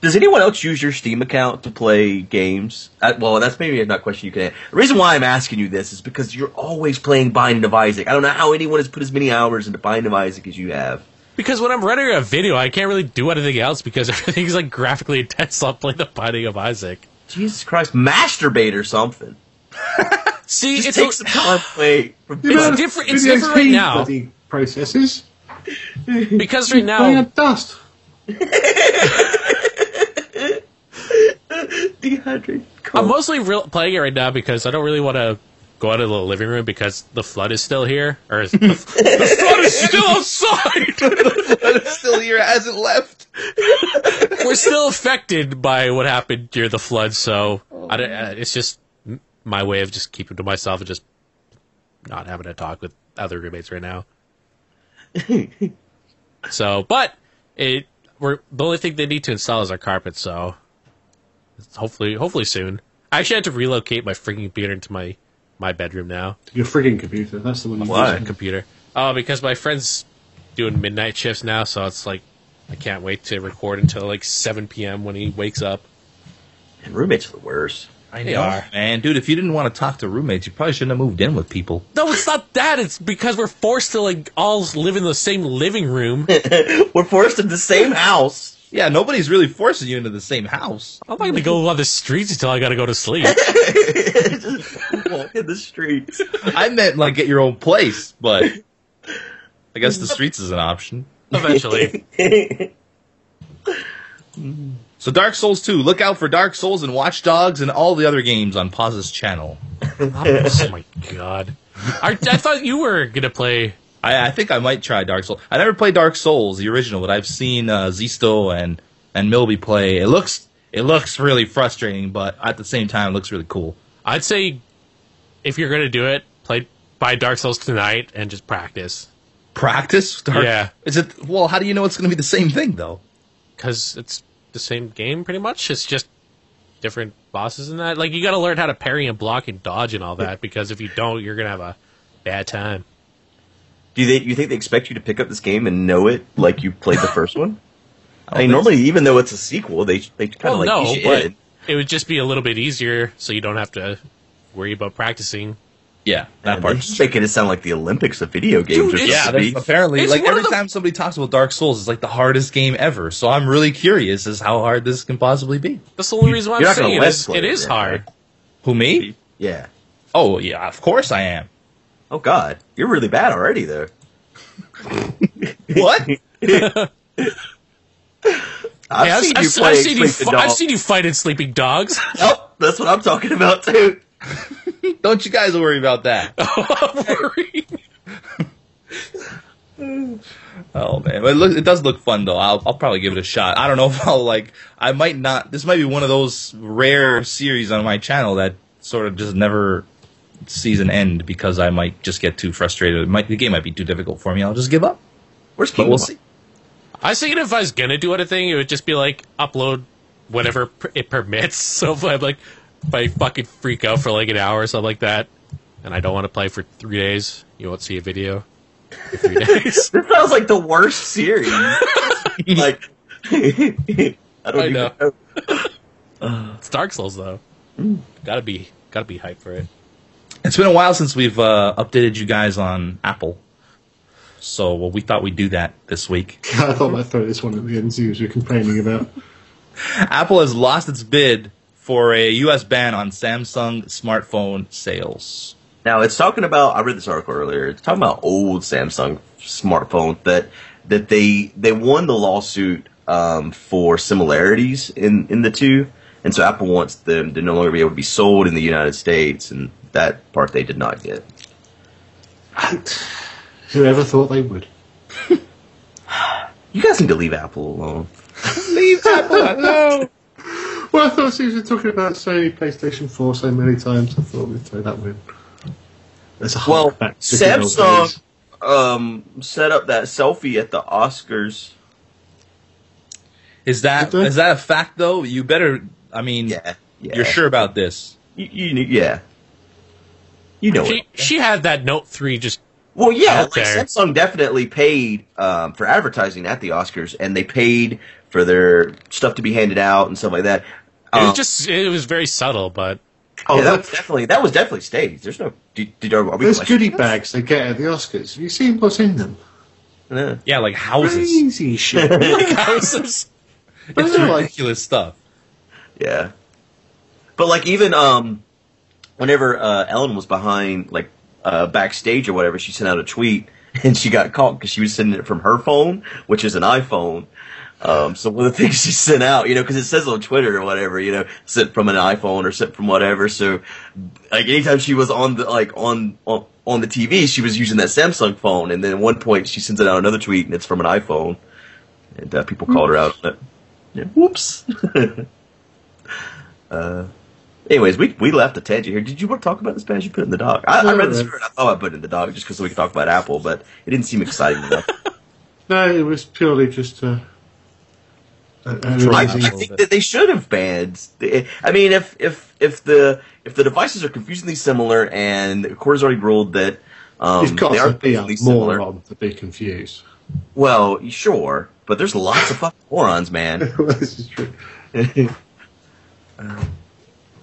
[SPEAKER 5] Does anyone else use your Steam account to play games? Uh, well, that's maybe not a question you can answer. The reason why I'm asking you this is because you're always playing Binding of Isaac. I don't know how anyone has put as many hours into Binding of Isaac as you have.
[SPEAKER 3] Because when I'm rendering a video, I can't really do anything else because everything's like graphically intense. I'll play the Binding of Isaac.
[SPEAKER 5] Jesus Christ, masturbate or something.
[SPEAKER 3] See,
[SPEAKER 5] Just
[SPEAKER 3] it's
[SPEAKER 5] take
[SPEAKER 3] a-
[SPEAKER 5] some time away from
[SPEAKER 4] The amount of
[SPEAKER 3] different- it's
[SPEAKER 4] video
[SPEAKER 3] different right
[SPEAKER 4] speed
[SPEAKER 3] now.
[SPEAKER 4] bloody Processes.
[SPEAKER 3] because right
[SPEAKER 4] Playing
[SPEAKER 3] now
[SPEAKER 4] at dust.
[SPEAKER 5] dehydrated.
[SPEAKER 3] I'm mostly real playing it right now because I don't really want to go out of the living room because the flood is still here, or is- the, flood is still outside.
[SPEAKER 2] but it's still here, it hasn't left.
[SPEAKER 3] We're still affected by what happened during the flood, so I
[SPEAKER 2] Oh,
[SPEAKER 3] don't, uh, it's just m- my way of just keeping to myself and just not having to talk with other roommates right now. so, but it we're the only thing they need to install is our carpet, so it's hopefully hopefully soon. I actually had to relocate my freaking computer into my my bedroom now.
[SPEAKER 4] Your frigging computer. That's the one. you
[SPEAKER 5] Why?
[SPEAKER 4] use.
[SPEAKER 3] computer. Oh, because my friend's doing midnight shifts now, so it's like I can't wait to record until like 7 p.m. when he wakes up.
[SPEAKER 5] And roommates are the worst.
[SPEAKER 2] I
[SPEAKER 3] They
[SPEAKER 2] know,
[SPEAKER 3] are.
[SPEAKER 2] man, dude. If you didn't want to talk to roommates, you probably shouldn't have moved in with people.
[SPEAKER 3] No, it's not that. It's because we're forced to like all live in the same living room. I'm
[SPEAKER 5] We're forced in the same house.
[SPEAKER 2] Yeah, nobody's really forcing you into the same house.
[SPEAKER 3] not gonna go on the streets until I gotta go to sleep.
[SPEAKER 5] Just walk in the streets.
[SPEAKER 2] I meant like get your own place, but I guess the streets is an option.
[SPEAKER 3] Eventually,
[SPEAKER 2] So Dark Souls 2, look out for Dark Souls and Watch Dogs and all the other games on Pause's channel.
[SPEAKER 3] oh my god! I, I thought you were gonna play.
[SPEAKER 2] I, I think I might try Dark Souls. I never played Dark Souls, the original, but I've seen uh, Zisto and and Milby play. It looks it looks really frustrating, but at the same time, it looks really cool.
[SPEAKER 3] I'd say if you're gonna do it, play buy Dark Souls tonight and just practice
[SPEAKER 2] Practice, Dark,
[SPEAKER 3] Yeah.
[SPEAKER 2] Is it well? How do you know it's going to be the same thing though?
[SPEAKER 3] because it's the same game pretty much. It's just different bosses and that. Like you got to learn how to parry and block and dodge and all that because if you don't, you're gonna have a bad time.
[SPEAKER 5] Do they? You think they expect you to pick up this game and know it like you played the first one? I, mean,
[SPEAKER 2] think
[SPEAKER 5] normally, even though it's a sequel, they they
[SPEAKER 3] Well,
[SPEAKER 5] kind of like
[SPEAKER 3] no,
[SPEAKER 5] ease you
[SPEAKER 3] but
[SPEAKER 5] in.
[SPEAKER 3] it would just be a little bit easier, so you don't have to worry about practicing.
[SPEAKER 2] Yeah, that
[SPEAKER 5] And
[SPEAKER 2] part.
[SPEAKER 5] They're just making it sound like the Olympics of video games.
[SPEAKER 3] Dude,
[SPEAKER 5] are
[SPEAKER 3] it's-
[SPEAKER 2] Yeah,
[SPEAKER 5] yeah,
[SPEAKER 2] there's, apparently,
[SPEAKER 3] It's
[SPEAKER 2] like
[SPEAKER 3] one
[SPEAKER 2] every
[SPEAKER 3] of the-
[SPEAKER 2] time somebody talks about Dark Souls, it's like the hardest game ever. So I'm really curious as how hard this can possibly be.
[SPEAKER 3] That's the only reason why
[SPEAKER 5] you're
[SPEAKER 3] I'm
[SPEAKER 5] not gonna
[SPEAKER 3] saying it
[SPEAKER 5] let
[SPEAKER 3] is,
[SPEAKER 5] play
[SPEAKER 3] it
[SPEAKER 5] it,
[SPEAKER 3] is
[SPEAKER 5] right?
[SPEAKER 3] hard.
[SPEAKER 2] Who me?
[SPEAKER 5] yeah.
[SPEAKER 2] Oh yeah, of course I am.
[SPEAKER 5] Oh God, you're really bad already, though.
[SPEAKER 2] What?
[SPEAKER 5] I've
[SPEAKER 3] Yeah, I've, I've-
[SPEAKER 5] seen you
[SPEAKER 3] I've
[SPEAKER 5] play.
[SPEAKER 3] seen you
[SPEAKER 5] Sleeping
[SPEAKER 3] fi- I've
[SPEAKER 5] Dogs.
[SPEAKER 3] seen you fight in Sleeping Dogs.
[SPEAKER 5] Oh, that's what I'm talking about too.
[SPEAKER 2] Don't you guys worry about that.
[SPEAKER 3] I'm worried.
[SPEAKER 2] Oh man, but it, look, it does look fun though. I'll, I'll probably give it a shot. I don't know if I'll like. I might not. This might be one of those rare series on my channel that sort of just never sees an end because I might just get too frustrated. It might, the game might be too difficult for me. I'll just give up.
[SPEAKER 5] Where's
[SPEAKER 2] But
[SPEAKER 5] Kingdom?
[SPEAKER 2] we'll see.
[SPEAKER 3] I was thinking if I was gonna do anything, it would just be like upload whatever per- it permits. So if I'm like, if I fucking freak out for like an hour or something like that, and I don't want to play for three days, you won't see a video. for Three days.
[SPEAKER 5] This sounds like the worst series. like, I
[SPEAKER 3] I
[SPEAKER 5] don't even
[SPEAKER 3] know.
[SPEAKER 5] know.
[SPEAKER 3] it's Dark Souls though. Gotta be, gotta be hyped for it.
[SPEAKER 2] It's been a while since we've uh, updated you guys on Apple, so well, we thought we'd do that this week.
[SPEAKER 4] I thought I'd throw this one at the end. See what you're complaining about.
[SPEAKER 2] Apple has lost its bid for a U.S. ban on Samsung smartphone sales.
[SPEAKER 5] Now it's talking about. I read this article earlier. It's talking about old Samsung smartphones that that they they won the lawsuit um, for similarities in in the two, and so Apple wants them to no longer be able to be sold in the United States, and that part they did not get.
[SPEAKER 4] Whoever thought they would.
[SPEAKER 5] You guys need to leave Apple alone.
[SPEAKER 4] Well, I thought since we were talking about Sony PlayStation 4 so many times, I thought we'd throw that one. in. There's a
[SPEAKER 5] Well,
[SPEAKER 4] back
[SPEAKER 5] Samsung um, set up that selfie at the Oscars.
[SPEAKER 2] Is that
[SPEAKER 4] Okay.
[SPEAKER 2] is that a fact though? You better. I mean,
[SPEAKER 5] Yeah, yeah.
[SPEAKER 2] you're sure about this?
[SPEAKER 5] You, you knew- yeah. You know it.
[SPEAKER 3] She, she had that Note Three just
[SPEAKER 5] Well, yeah,
[SPEAKER 3] Out
[SPEAKER 5] like
[SPEAKER 3] there.
[SPEAKER 5] Samsung definitely paid um, for advertising at the Oscars, and they paid for their stuff to be handed out and stuff like that.
[SPEAKER 3] It
[SPEAKER 5] Um,
[SPEAKER 3] was just it was very subtle, but
[SPEAKER 5] yeah, that was
[SPEAKER 4] that's-
[SPEAKER 5] definitely that was definitely staged. There's no did, did, are we
[SPEAKER 4] those
[SPEAKER 5] questioning
[SPEAKER 4] goodie
[SPEAKER 5] this?
[SPEAKER 4] bags they get at the Oscars. Have you seen what's in them?
[SPEAKER 5] Yeah.
[SPEAKER 2] Yeah, like houses.
[SPEAKER 4] Crazy shit.
[SPEAKER 3] I was just-
[SPEAKER 4] Those are like
[SPEAKER 2] Ridiculous stuff.
[SPEAKER 5] Yeah. But like even um whenever uh Ellen was behind like uh backstage or whatever, she sent out a tweet and she got caught because she was sending it from her phone, which is an iPhone. Um, so one of the things she sent out, you know, because it says on Twitter or whatever, you know, sent from an iPhone or sent from whatever. So, like anytime she was on the like on on, on the TV, she was using that Samsung phone, and then at one point she sends out another tweet and it's from an iPhone, and uh, people called her out on it. Yeah, whoops. Uh, Anyways, we we left the tangent here. Did you want to talk about this badge you put in the dock? I, I read this and I thought I put it in the dock just because we could talk about Apple, but it didn't seem exciting enough.
[SPEAKER 4] no, it was purely just uh, a. a- a-
[SPEAKER 5] I, I
[SPEAKER 3] little
[SPEAKER 5] think
[SPEAKER 3] bit.
[SPEAKER 5] that they should have banned. the- I mean, if if if the if the devices are confusingly similar, and the court has already ruled that um,
[SPEAKER 4] You've got
[SPEAKER 5] they are
[SPEAKER 4] to be a
[SPEAKER 5] confusingly similar.
[SPEAKER 4] moron to be confused.
[SPEAKER 5] Well, sure, but there's lots of fucking morons, man.
[SPEAKER 4] this is true.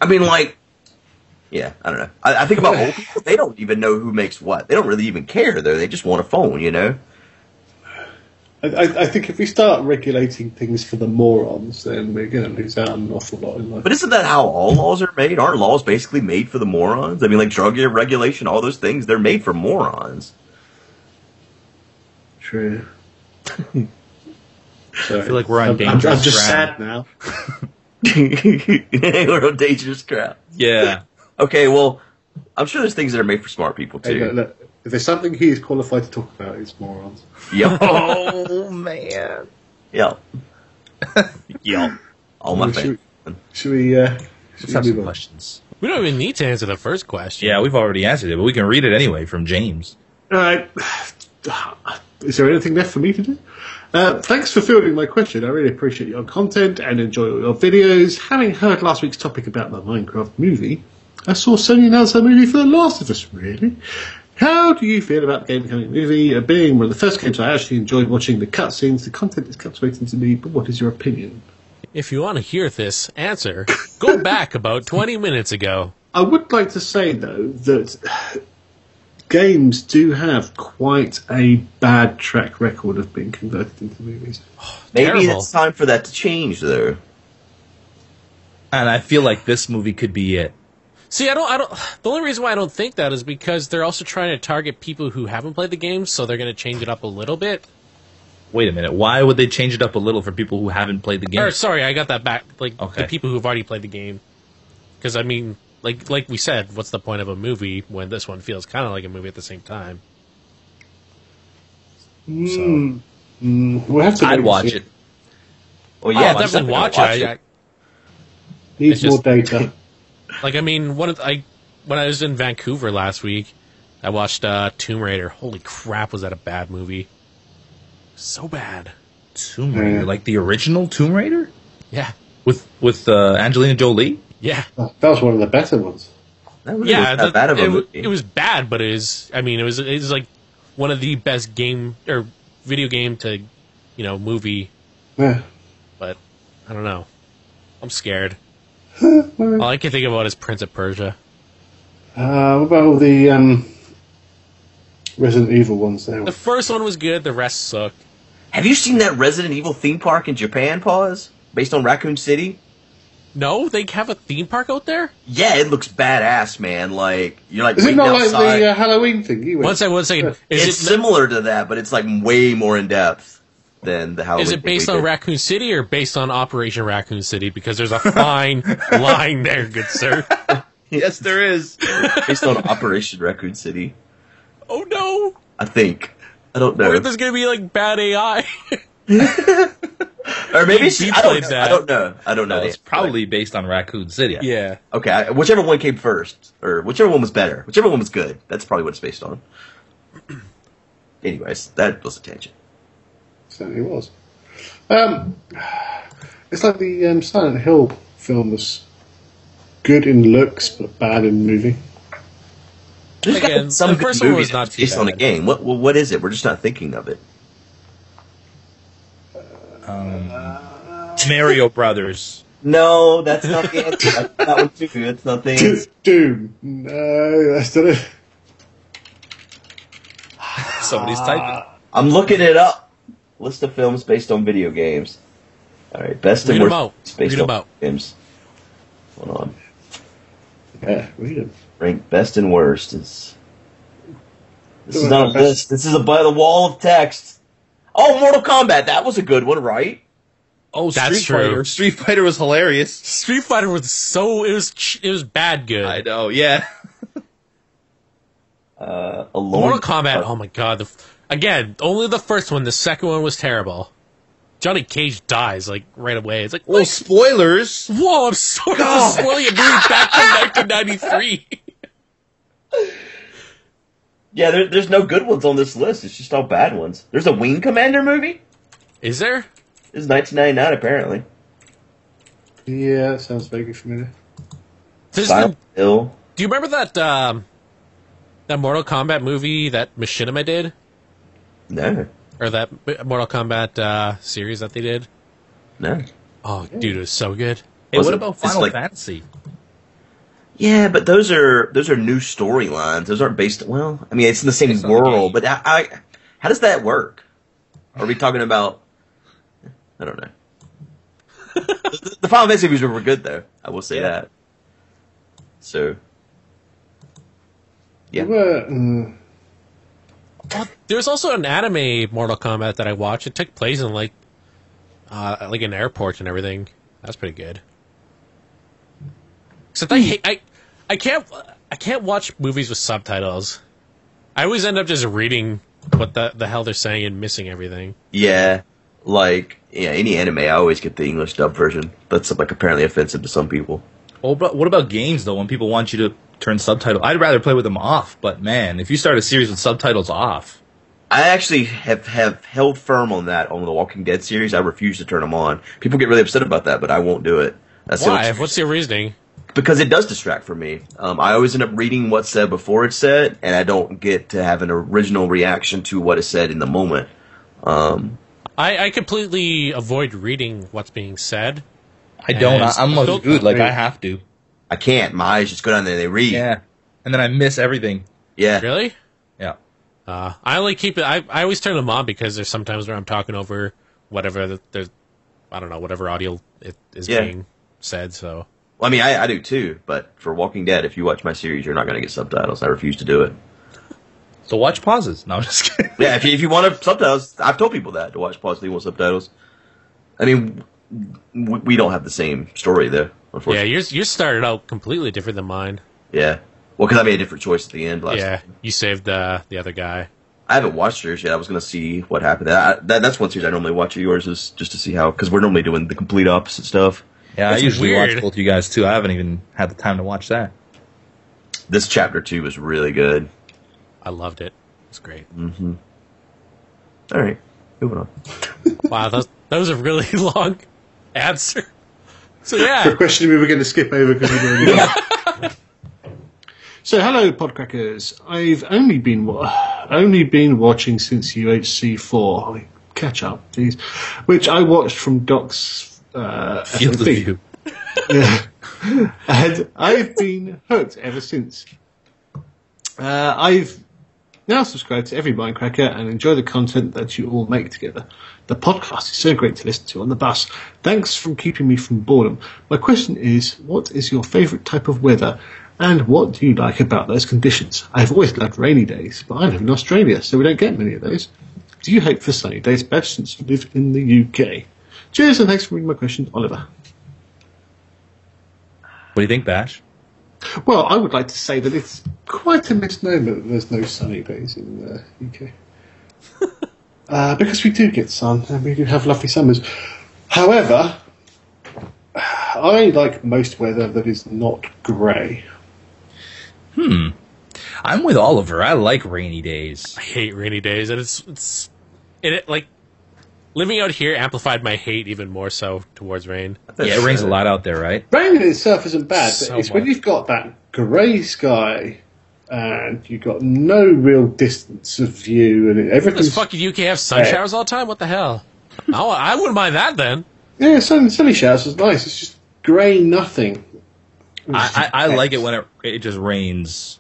[SPEAKER 5] I mean, like, yeah, I don't know. I, I think about old people; they don't even know who makes what. They don't really even care, though. They just want a phone, you know.
[SPEAKER 4] I, I, I think if we start regulating things for the morons, then we're going to lose out on an awful lot in life.
[SPEAKER 5] But isn't that how all laws are made? Aren't laws basically made for the morons? I mean, like drug regulation, all those things, they're made for morons.
[SPEAKER 4] true. I
[SPEAKER 2] feel like we're on
[SPEAKER 4] I'm, I'm,
[SPEAKER 2] dangerous
[SPEAKER 4] I'm just
[SPEAKER 2] ground.
[SPEAKER 4] sad now.
[SPEAKER 5] We're a dangerous crowd.
[SPEAKER 2] Yeah.
[SPEAKER 5] Okay, well, I'm sure there's things that are made for smart people
[SPEAKER 4] Hey, look,
[SPEAKER 5] too.
[SPEAKER 4] look, if there's something he is qualified to talk about, it's morons.
[SPEAKER 5] Yep.
[SPEAKER 2] oh man.
[SPEAKER 5] Yep.
[SPEAKER 2] Yeah.
[SPEAKER 5] All my
[SPEAKER 4] We should-
[SPEAKER 5] fans.
[SPEAKER 4] Should we? Uh, should
[SPEAKER 2] Let's
[SPEAKER 4] we
[SPEAKER 2] have some
[SPEAKER 4] move on?
[SPEAKER 2] questions.
[SPEAKER 3] we don't even need to answer the first question.
[SPEAKER 2] Yeah, we've already answered it, but we can read it anyway from James.
[SPEAKER 4] All right. Uh, Is there anything left for me to do? Uh, thanks for fielding my question. I really appreciate your content and enjoy all your videos. Having heard last week's topic about the Minecraft movie, I saw Sony announce a movie for The Last of Us, really. How do you feel about the game becoming a movie? Uh, being one of the first games I actually enjoyed watching the cutscenes, the content is captivating to me, but what is your opinion?
[SPEAKER 3] If you want to hear this answer, go back about twenty minutes ago.
[SPEAKER 4] I would like to say though that games do have quite a bad track record of being converted into movies.
[SPEAKER 5] Maybe
[SPEAKER 3] Terrible.
[SPEAKER 5] it's time for that to change, though.
[SPEAKER 2] And I feel like this movie could be it.
[SPEAKER 3] See, I don't, I don't. The only reason why I don't think that is because they're also trying to target people who haven't played the game, so they're going to change it up a little bit.
[SPEAKER 2] Wait a minute. Why would they change it up a little for people who haven't played the game?
[SPEAKER 3] Or sorry, I got that back. Like
[SPEAKER 2] Okay.
[SPEAKER 3] the people who've already played the game, because I mean, like like we said, what's the point of a movie when this one feels kind of like a movie at the same time?
[SPEAKER 4] Mm. Mm. We'll have to wait
[SPEAKER 2] I'd
[SPEAKER 4] and
[SPEAKER 2] watch
[SPEAKER 4] see.
[SPEAKER 2] it.
[SPEAKER 5] Well,
[SPEAKER 3] I'll
[SPEAKER 5] yeah, I'm
[SPEAKER 3] Oh, definitely watch,
[SPEAKER 5] gonna
[SPEAKER 3] it. I,
[SPEAKER 4] Needs
[SPEAKER 3] It's
[SPEAKER 4] more
[SPEAKER 3] just-
[SPEAKER 4] data.
[SPEAKER 3] I- like I mean, one of the- I when I was in Vancouver last week, I watched uh, Tomb Raider. Holy crap, was that a bad movie? So bad.
[SPEAKER 2] Tomb Raider, like the original Tomb Raider
[SPEAKER 3] Yeah.
[SPEAKER 2] with with uh, Angelina Jolie.
[SPEAKER 3] Yeah.
[SPEAKER 4] That was one of the better ones.
[SPEAKER 5] That was
[SPEAKER 3] yeah,
[SPEAKER 5] yeah,
[SPEAKER 3] the-
[SPEAKER 5] that bad of a
[SPEAKER 3] it, wa-
[SPEAKER 5] movie.
[SPEAKER 3] it was bad, but it is. I mean, it was. It was like one of the best game or video game to, you know, movie.
[SPEAKER 4] Yeah.
[SPEAKER 3] But I don't know. I'm scared. All I can think about is Prince of Persia.
[SPEAKER 4] Uh, what about all the um, Resident Evil ones there?
[SPEAKER 3] The first one was good. The rest sucked.
[SPEAKER 5] Have you seen that Resident Evil theme park in Japan? Pause. Based on Raccoon City.
[SPEAKER 3] No, they have a theme park out there.
[SPEAKER 5] Yeah, it looks badass, man. Like you're like
[SPEAKER 4] Is it
[SPEAKER 5] waiting
[SPEAKER 4] not
[SPEAKER 5] outside.
[SPEAKER 4] like the uh, Halloween thing? You went-
[SPEAKER 3] One second. One second. Is
[SPEAKER 5] it's
[SPEAKER 3] it
[SPEAKER 5] similar to that, but it's like way more in depth than the Halloween.
[SPEAKER 3] is it
[SPEAKER 5] thing
[SPEAKER 3] based
[SPEAKER 5] we
[SPEAKER 3] on
[SPEAKER 5] did.
[SPEAKER 3] Raccoon City or based on Operation Raccoon City? Because there's a fine line there, good sir.
[SPEAKER 5] Yes, there is. based on Operation Raccoon City,
[SPEAKER 3] Oh no!
[SPEAKER 5] I think. I don't know,
[SPEAKER 3] Or there's gonna be like bad AI.
[SPEAKER 5] or maybe it's
[SPEAKER 3] he
[SPEAKER 5] I don't
[SPEAKER 3] played
[SPEAKER 5] know.
[SPEAKER 3] that. Oh,
[SPEAKER 5] I don't know. I don't know.
[SPEAKER 2] No, Uh, it's
[SPEAKER 5] the answer.
[SPEAKER 2] probably based on Raccoon City.
[SPEAKER 3] yeah.
[SPEAKER 5] okay. I, whichever one came first, or whichever one was better, whichever one was good. That's probably what it's based on. Anyways, that was a tangent.
[SPEAKER 4] Certainly was. Um, it's like the um, Silent Hill film was good in looks but bad in movie.
[SPEAKER 5] There's gotta be
[SPEAKER 3] Again, the
[SPEAKER 5] good
[SPEAKER 3] first one
[SPEAKER 5] movie
[SPEAKER 3] was
[SPEAKER 5] that's
[SPEAKER 3] not too
[SPEAKER 5] based on a
[SPEAKER 3] bad.
[SPEAKER 5] game. What what is it? We're just not thinking of it.
[SPEAKER 2] Um, Mario Brothers.
[SPEAKER 5] No, that's not the answer. That's not one too. That's not the answer.
[SPEAKER 4] Doom. No, that's not it.
[SPEAKER 2] Somebody's typing.
[SPEAKER 5] I'm looking it up. List of films based on video games. All right, best
[SPEAKER 3] Read 'em
[SPEAKER 5] and worst
[SPEAKER 3] out.
[SPEAKER 5] films based
[SPEAKER 3] Read 'em
[SPEAKER 5] on
[SPEAKER 3] out.
[SPEAKER 5] games. Hold on.
[SPEAKER 4] Yeah, read it.
[SPEAKER 5] Rank best and worst. It's, this is
[SPEAKER 4] Doing
[SPEAKER 5] not a
[SPEAKER 4] our best.
[SPEAKER 5] list. This is a by the wall of text. Oh, Mortal Kombat. That was a good one, right?
[SPEAKER 2] Oh,
[SPEAKER 3] That's
[SPEAKER 2] Street Fighter.
[SPEAKER 3] true.
[SPEAKER 2] Street Fighter was hilarious.
[SPEAKER 3] Street Fighter was so it was ch- it was bad good.
[SPEAKER 2] I know. Yeah.
[SPEAKER 5] Uh, Alone.
[SPEAKER 3] Mortal Kombat. Oh my god! The, f- again, only the first one. The second one was terrible. Johnny Cage dies like right away. It's like,
[SPEAKER 2] Well,
[SPEAKER 3] like,
[SPEAKER 2] spoilers.
[SPEAKER 3] whoa! I'm sorry for spoiling a movie back from 1993.
[SPEAKER 5] Yeah, there, there's no good ones on this list. It's just all bad ones. There's a Wing Commander movie.
[SPEAKER 3] Is there?
[SPEAKER 5] This is 1999, apparently.
[SPEAKER 4] Yeah, that sounds vaguely familiar.
[SPEAKER 3] There's
[SPEAKER 5] Silent
[SPEAKER 3] the-
[SPEAKER 5] Hill.
[SPEAKER 3] do you remember that um, that Mortal Kombat movie that Machinima did,
[SPEAKER 5] No,
[SPEAKER 3] or that M- Mortal Kombat uh, series that they did?
[SPEAKER 5] no.
[SPEAKER 3] Oh, dude, it was so good.
[SPEAKER 2] Hey,
[SPEAKER 5] Was
[SPEAKER 2] what
[SPEAKER 5] it-
[SPEAKER 2] about
[SPEAKER 5] it's
[SPEAKER 2] Final
[SPEAKER 5] like-
[SPEAKER 2] Fantasy?
[SPEAKER 5] Yeah, but those are those are new storylines. Those aren't based. Well, I mean, it's in the same
[SPEAKER 2] Based on the game.
[SPEAKER 5] world, but I, I, how does that work? Are we talking about? I don't know. the, the Final Fantasy movies were good, though. I will say that. So, yeah,
[SPEAKER 4] There were, mm,
[SPEAKER 3] Well, there's also an anime Mortal Kombat that I watched. It took place in like uh, like an airport and everything. That's pretty good. Except I hate I I can't I can't watch movies with subtitles. I always end up just reading what the the hell they're saying and missing everything.
[SPEAKER 5] yeah, like yeah, any anime, I always get the English dub version. That's like apparently offensive to some people.
[SPEAKER 2] Well, Oh, but what about games though? When people want you to turn subtitle, I'd rather play with them off. But man, if you start a series with subtitles off,
[SPEAKER 5] I actually have, have held firm on that on the Walking Dead series. I refuse to turn them on. People get really upset about that, but I won't do it. That's the
[SPEAKER 3] Why?
[SPEAKER 5] only-
[SPEAKER 3] What's your reasoning?
[SPEAKER 5] because it does distract from me. Um, I always end up reading what's said before it's said, and I don't get to have an original reaction to what is said in the moment. Um,
[SPEAKER 3] I, I completely avoid reading what's being said.
[SPEAKER 2] I don't.
[SPEAKER 3] Yeah,
[SPEAKER 2] I, I'm a
[SPEAKER 3] still-
[SPEAKER 2] dude. Like I have to.
[SPEAKER 5] I can't. My eyes just go down there and they read.
[SPEAKER 2] Yeah. And then I miss everything.
[SPEAKER 5] Yeah.
[SPEAKER 3] Really?
[SPEAKER 2] Yeah.
[SPEAKER 3] Uh, I only keep it. I, I always turn them on because there's sometimes where I'm talking over whatever the- there's, I don't know, whatever audio it is
[SPEAKER 5] Yeah.
[SPEAKER 3] being said. So
[SPEAKER 5] Well, I mean, I, I do too, but for Walking Dead, if you watch my series, you're not going to get subtitles. I refuse to do it.
[SPEAKER 2] So watch pauses. No, I'm just kidding.
[SPEAKER 5] Yeah, if you, if you want to subtitles, I've told people that to watch pause if you want subtitles. I mean, w- we don't have the same story though,
[SPEAKER 3] yeah,
[SPEAKER 5] unfortunately.
[SPEAKER 3] yours yours started out completely different than mine.
[SPEAKER 5] Yeah. Well, because I made a different choice at the end last.
[SPEAKER 3] yeah, you saved uh, the other guy.
[SPEAKER 5] I haven't watched yours yet. I was going to see what happened. I, that, that's one series I normally watch of yours is just to see how because we're normally doing the complete opposite stuff.
[SPEAKER 2] Yeah,
[SPEAKER 3] That's
[SPEAKER 2] I usually
[SPEAKER 3] weird.
[SPEAKER 2] watch both you guys too. I haven't even had the time to watch that.
[SPEAKER 5] This chapter two was really good.
[SPEAKER 3] I loved it. It's great.
[SPEAKER 5] Mm-hmm. All right, moving on.
[SPEAKER 3] Wow, that, that was a really long answer. So yeah,
[SPEAKER 4] the question we were going to skip over because we were already So, hello, Podcrackers. I've only been wa- only been watching since UHC four. I catch up, please. Which I watched from Doc's uh,
[SPEAKER 2] Field of
[SPEAKER 4] FFP.
[SPEAKER 2] view.
[SPEAKER 4] Yeah. and I've been hooked ever since. Uh, I've now subscribed to every Mindcracker and enjoy the content that you all make together. The podcast is so great to listen to on the bus. Thanks for keeping me from boredom. My question is, what is your favourite type of weather? And what do you like about those conditions? I've always loved rainy days, but I live in Australia, so we don't get many of those. Do you hope for sunny days better since you live in the UK? Cheers and thanks for reading my question, Oliver.
[SPEAKER 2] What do you think, Bash?
[SPEAKER 4] Well, I would like to say that it's quite a misnomer that there's no sunny days in the UK. uh, because we do get sun and we do have lovely summers. However, I like most weather that is not grey.
[SPEAKER 2] I'm with Oliver. I like rainy days.
[SPEAKER 3] I hate rainy days, and it's it's and it like living out here amplified my hate even more so towards rain.
[SPEAKER 2] Yeah, it rains a lot out there, right?
[SPEAKER 4] Rain in itself isn't bad,
[SPEAKER 3] So
[SPEAKER 4] but it's when
[SPEAKER 3] much.
[SPEAKER 4] you've got that grey sky and you've got no real distance of view and
[SPEAKER 3] Does
[SPEAKER 4] everything's
[SPEAKER 3] fucking UK have sun
[SPEAKER 4] Hey.
[SPEAKER 3] showers all the time? What the hell? Oh, I wouldn't mind that then.
[SPEAKER 4] Yeah, Silent Silly Shouts is nice. It's just grey nothing.
[SPEAKER 2] I, I, I like it when it it just rains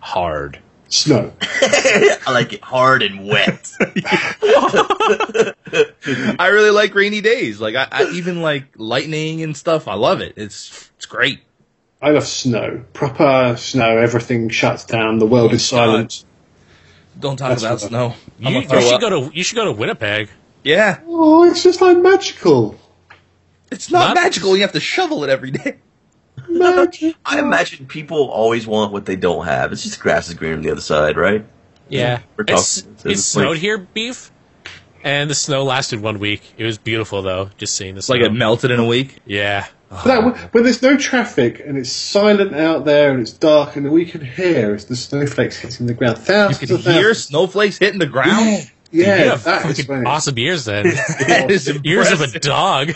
[SPEAKER 2] hard.
[SPEAKER 4] Snow.
[SPEAKER 5] I like it hard and wet.
[SPEAKER 2] I really like rainy days. Like I, I even like lightning and stuff. I love it. It's it's great.
[SPEAKER 4] I love snow. Proper snow. Everything shuts down. The world is silent.
[SPEAKER 2] Don't talk
[SPEAKER 4] That's
[SPEAKER 2] about
[SPEAKER 4] what I-
[SPEAKER 2] snow.
[SPEAKER 3] You,
[SPEAKER 2] I'ma
[SPEAKER 3] you
[SPEAKER 2] throw
[SPEAKER 3] should
[SPEAKER 2] up.
[SPEAKER 3] go to you should go to Winnipeg.
[SPEAKER 2] Yeah,
[SPEAKER 4] Oh, it's just like magical.
[SPEAKER 2] it's not,
[SPEAKER 3] Not-
[SPEAKER 2] magical. You have to shovel it every day.
[SPEAKER 4] Magic.
[SPEAKER 5] I imagine people always want what they don't have. It's just the grass is greener on the other side, right?
[SPEAKER 3] Yeah,
[SPEAKER 5] We're
[SPEAKER 3] it's,
[SPEAKER 5] talking-
[SPEAKER 3] it
[SPEAKER 5] it's
[SPEAKER 3] snowed
[SPEAKER 5] like-
[SPEAKER 3] here, beef, and the snow lasted one week. It was beautiful though, just seeing this.
[SPEAKER 2] It's like it melted in a week.
[SPEAKER 3] yeah,
[SPEAKER 4] That, when there's no traffic and it's silent out there and it's dark and all you can hear is the snowflakes hitting the ground.
[SPEAKER 2] You
[SPEAKER 4] Thousands
[SPEAKER 2] can
[SPEAKER 4] of
[SPEAKER 2] hear
[SPEAKER 4] thousands.
[SPEAKER 2] snowflakes hitting the
[SPEAKER 4] Yeah,
[SPEAKER 2] ground.
[SPEAKER 3] you
[SPEAKER 4] yeah
[SPEAKER 3] have
[SPEAKER 4] that is
[SPEAKER 3] Oh, fucking
[SPEAKER 4] when it's
[SPEAKER 3] awesome ears then.
[SPEAKER 2] That is
[SPEAKER 3] ears of
[SPEAKER 2] impressive.
[SPEAKER 3] a dog.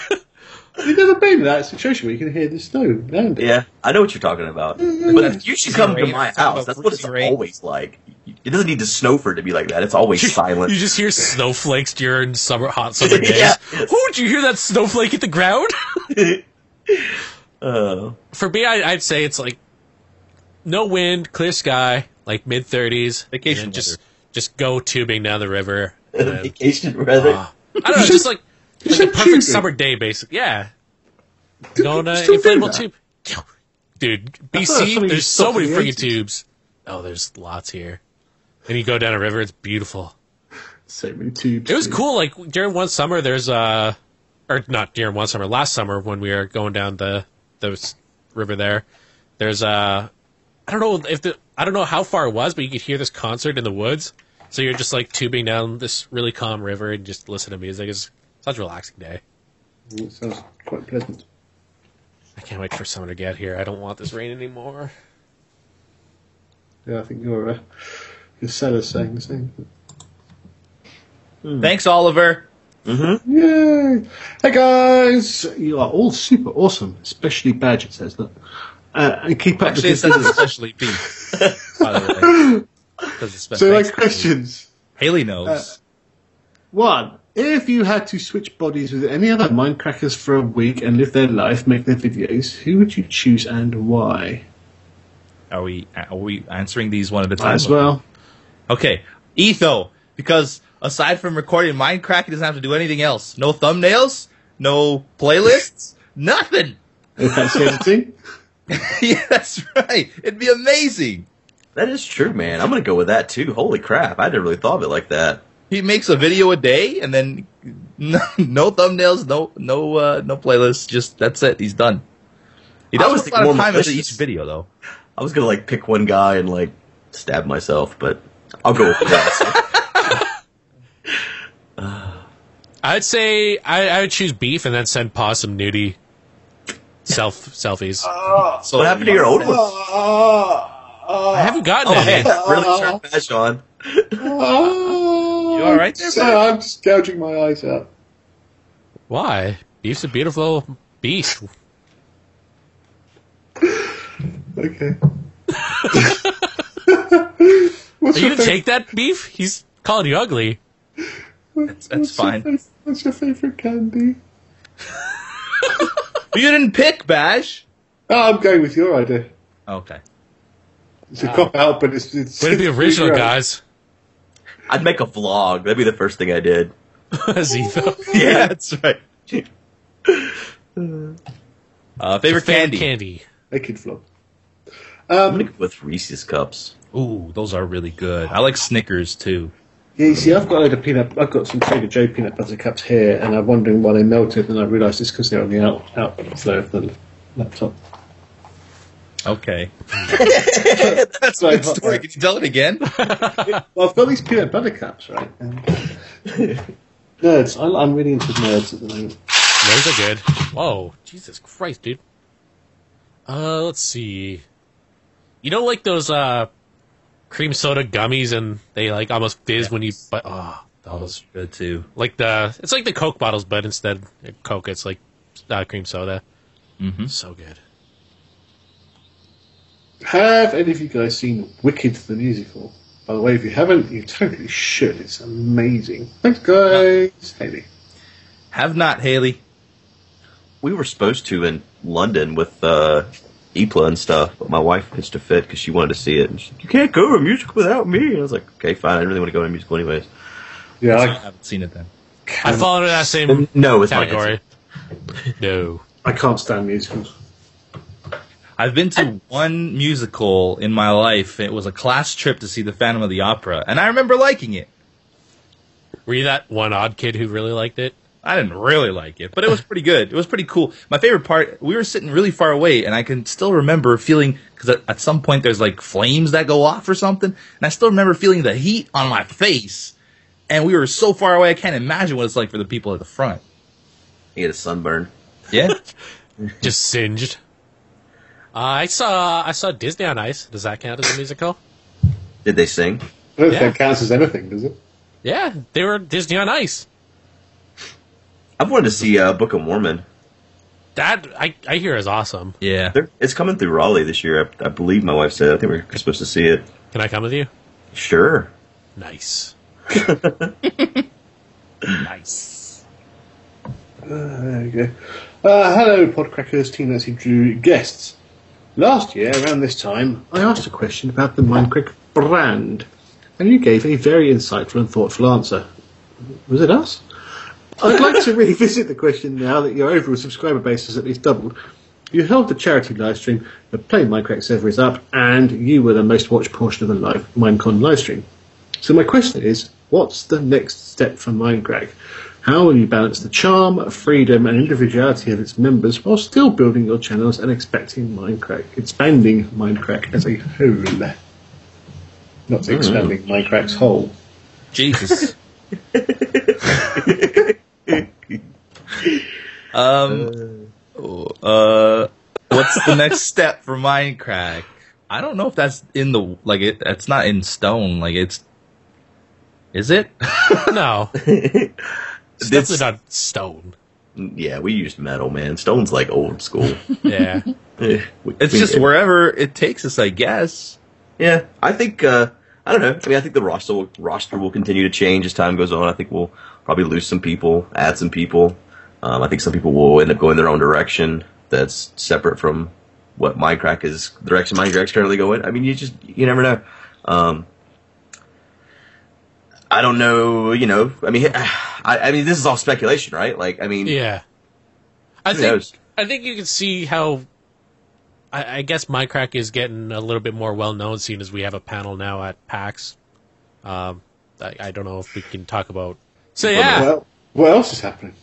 [SPEAKER 4] You've never been in that situation where you can hear the snow landing.
[SPEAKER 5] Yeah, Mm-hmm. I know what you're talking about. But you should come to my house. That's what it's
[SPEAKER 2] Rain.
[SPEAKER 5] always like. It doesn't need to snow for it to be like that. It's always silent.
[SPEAKER 3] you just hear snowflakes during summer hot summer days.
[SPEAKER 5] Yeah.
[SPEAKER 3] Oh, did you hear that snowflake hit the ground?
[SPEAKER 5] Uh,
[SPEAKER 3] For me, I, I'd say it's like no wind, clear sky, like mid thirties.
[SPEAKER 2] Vacation
[SPEAKER 3] Just
[SPEAKER 2] weather.
[SPEAKER 3] just go tubing down the river. and then-
[SPEAKER 5] vacation, rather.
[SPEAKER 3] Ah. I don't know, just like,
[SPEAKER 4] You
[SPEAKER 3] like a
[SPEAKER 4] said
[SPEAKER 3] perfect
[SPEAKER 4] tubing.
[SPEAKER 3] summer day, basically. Yeah.
[SPEAKER 4] Do
[SPEAKER 3] Go on
[SPEAKER 4] people
[SPEAKER 3] an
[SPEAKER 4] still do
[SPEAKER 3] inflatable
[SPEAKER 4] that?
[SPEAKER 3] tube. Yo, Dude,
[SPEAKER 4] that's something
[SPEAKER 3] BC,
[SPEAKER 4] you
[SPEAKER 3] there's so
[SPEAKER 4] stopped in
[SPEAKER 3] many
[SPEAKER 4] the
[SPEAKER 3] freaking
[SPEAKER 4] 80s.
[SPEAKER 3] tubes. Oh, there's lots here. And you go down a river, it's beautiful.
[SPEAKER 4] So many tubes.
[SPEAKER 3] It was
[SPEAKER 4] dude.
[SPEAKER 3] cool. Like during one summer, there's uh, or not during one summer, last summer when we were going down the the s- river there, there's uh, I don't know if the I don't know how far it was, but you could hear this concert in the woods. So you're just like tubing down this really calm river and just listen to music. It's such a relaxing day.
[SPEAKER 4] It sounds quite pleasant.
[SPEAKER 3] I can't wait for summer to get here. I don't want this rain anymore.
[SPEAKER 4] Yeah, I think your uh, your seller's saying the same. Hmm.
[SPEAKER 2] Thanks, Oliver.
[SPEAKER 4] Yay! Hey guys, you are all super awesome, especially Badge. It says that. Uh, and keep up
[SPEAKER 2] Actually, it
[SPEAKER 4] with
[SPEAKER 2] says
[SPEAKER 4] the
[SPEAKER 2] especially B. By the way, 'Cause it's
[SPEAKER 4] So, my
[SPEAKER 2] thanks.
[SPEAKER 4] questions:
[SPEAKER 2] Haley knows.
[SPEAKER 5] Uh,
[SPEAKER 4] one, if you had to switch bodies with any other Minecrackers for a week and live their life, make their videos, who would you choose and why?
[SPEAKER 2] Are we are we answering these one at a time?
[SPEAKER 4] As well,
[SPEAKER 2] Okay, Etho, because aside from recording Minecraft, he doesn't have to do anything else. No thumbnails, no playlists, nothing.
[SPEAKER 4] if that's editing.
[SPEAKER 2] yeah, that's right. It'd be amazing.
[SPEAKER 5] That is true, man. I'm gonna go with that too. Holy crap! I never really thought of it like that.
[SPEAKER 2] He makes a video a day, and then no, no thumbnails, no no uh, no playlists. Just that's it. He's done. He
[SPEAKER 5] I
[SPEAKER 2] does
[SPEAKER 5] was
[SPEAKER 2] put a
[SPEAKER 5] thinking
[SPEAKER 2] lot of
[SPEAKER 5] more
[SPEAKER 2] time into
[SPEAKER 5] malicious.
[SPEAKER 2] each video, though.
[SPEAKER 5] I was gonna like pick one guy and like stab myself, but I'll go with that.
[SPEAKER 3] I'd say I, I would choose beef and then send possum nudie self selfies.
[SPEAKER 2] So
[SPEAKER 5] what happened to your old one?
[SPEAKER 3] I haven't gotten
[SPEAKER 5] Oh,
[SPEAKER 3] any.
[SPEAKER 5] man, really turned bash on.
[SPEAKER 4] you
[SPEAKER 2] You all right there, Badge?
[SPEAKER 4] Oh, I'm just gouging my eyes out.
[SPEAKER 3] Why? Beef's a beautiful beast.
[SPEAKER 4] Okay.
[SPEAKER 3] Are
[SPEAKER 4] What's
[SPEAKER 3] you
[SPEAKER 4] your
[SPEAKER 3] gonna
[SPEAKER 4] favorite?
[SPEAKER 3] take that beef? He's calling you ugly.
[SPEAKER 2] That's, that's fine.
[SPEAKER 4] What's your favorite candy?
[SPEAKER 2] You didn't pick Bash.
[SPEAKER 4] Oh, I'm going with your idea.
[SPEAKER 2] Okay.
[SPEAKER 4] It's a cop out, but it's it's.
[SPEAKER 3] Way to be original,
[SPEAKER 4] it's-
[SPEAKER 3] guys.
[SPEAKER 5] I'd make a vlog. That'd be the first thing I did.
[SPEAKER 3] Zetho.
[SPEAKER 2] Yeah, that's right. Uh, favorite
[SPEAKER 3] Fan
[SPEAKER 2] candy.
[SPEAKER 3] candy.
[SPEAKER 4] They could flop.
[SPEAKER 5] I'm
[SPEAKER 4] Um,
[SPEAKER 5] gonna go with Reese's cups.
[SPEAKER 2] Ooh, those are really good. I like Snickers too.
[SPEAKER 4] yeah, you see, I've got a load of peanut. I've got some Trader Joe peanut butter cups here, and I'm wondering why they melted, and I realised it's because they're on the out outflow of the laptop.
[SPEAKER 2] Okay.
[SPEAKER 4] That's why
[SPEAKER 2] Story, can you tell it again?
[SPEAKER 4] uh, Well, I've got these peanut butter cups, right? And nerds. I, I'm really into nerds at the moment.
[SPEAKER 3] Those are good. Whoa, Jesus Christ, dude. Uh, let's see. You know, like those uh, cream soda gummies, and they like almost fizz when you. But oh, those
[SPEAKER 2] Good too.
[SPEAKER 3] like the it's like the Coke bottles, but instead of Coke, it's like uh, cream soda. Mm-hmm. So good.
[SPEAKER 4] Have any of you guys seen Wicked the musical? By the way, if you haven't, you totally should. It's amazing. Thanks, guys. Haley.
[SPEAKER 2] Have not, Haley.
[SPEAKER 5] we were supposed to in London with uh, EPLA and stuff, but my wife pitched a fit because she wanted to see it. And she's like, you can't go to a musical without me. I was like, okay, fine. I didn't really want to go to a musical anyways.
[SPEAKER 4] Yeah,
[SPEAKER 2] I
[SPEAKER 4] I,
[SPEAKER 2] haven't seen it then.
[SPEAKER 3] I fall into that same
[SPEAKER 5] And no, it's not.
[SPEAKER 3] category. No.
[SPEAKER 4] I can't stand musicals.
[SPEAKER 2] I've been to one musical in my life. It was a class trip to see The Phantom of the Opera, and I remember liking it.
[SPEAKER 3] Were you that one odd kid who really liked it?
[SPEAKER 2] I didn't really like it, but it was pretty good. It was pretty cool. My favorite part, we were sitting really far away, and I can still remember feeling because at, at some point there's like flames that go off or something, and I still remember feeling the heat on my face. And we were so far away, I can't imagine what it's like for the people at the front.
[SPEAKER 5] You get a sunburn.
[SPEAKER 2] Yeah,
[SPEAKER 3] Just singed. Uh, I saw I saw Disney on Ice. Does that count as a musical?
[SPEAKER 5] Did they sing?
[SPEAKER 4] I don't
[SPEAKER 3] Yeah.
[SPEAKER 4] think that counts as anything, does it?
[SPEAKER 3] Yeah, they were Disney on Ice.
[SPEAKER 5] I've wanted to see uh, Book of Mormon.
[SPEAKER 3] That I, I hear is awesome.
[SPEAKER 2] yeah.
[SPEAKER 5] They're, it's coming through Raleigh this year. I, I believe my wife said. I think we're supposed to see it.
[SPEAKER 3] Can I come with you?
[SPEAKER 5] Sure.
[SPEAKER 3] Nice.
[SPEAKER 2] Nice.
[SPEAKER 4] Uh, there you go. Uh, hello, Podcrackers, Team Nancy Drew guests. Last year, around this time, I asked a question about the Minecraft brand, and you gave a very insightful and thoughtful answer. Was it us? I'd like to revisit the question now that your overall subscriber base has at least doubled. You held the charity livestream, the Play Minecraft server is up, and you were the most watched portion of the live Minecon livestream. So my question is, what's the next step for Minecraft? How will you balance the charm, freedom, and individuality of its members while still building your channels and expecting Minecraft, expanding Minecraft as a whole? Not expanding Minecraft's whole.
[SPEAKER 2] Jesus. um, uh, what's the next step for Minecraft? I don't know if that's in the like it. That's not in stone. Like it's, is it?
[SPEAKER 3] No, it's
[SPEAKER 5] This-
[SPEAKER 3] definitely not stone.
[SPEAKER 5] yeah, we used metal, man. Stone's like old school.
[SPEAKER 3] Yeah,
[SPEAKER 5] Eh, we-
[SPEAKER 2] It's
[SPEAKER 5] we-
[SPEAKER 2] just wherever it takes us, I guess.
[SPEAKER 5] Yeah, I think uh, I don't know. I mean, I think the roster will, roster will continue to change as time goes on. I think we'll probably lose some people, add some people. Um, I think some people will end up going their own direction that's separate from what Minecraft is the direction Minecraft's currently going. I mean, you just you never know. Um, I don't know. You know, I mean, I, I mean, this is all speculation, right? Like, I mean,
[SPEAKER 3] yeah. I
[SPEAKER 5] Who
[SPEAKER 3] think
[SPEAKER 5] knows?
[SPEAKER 3] I think you can see how. I, I guess Minecraft is getting a little bit more well known, seeing as we have a panel now at PAX. Um, I, I don't know if we can talk about. So yeah,
[SPEAKER 4] Well, what else is happening?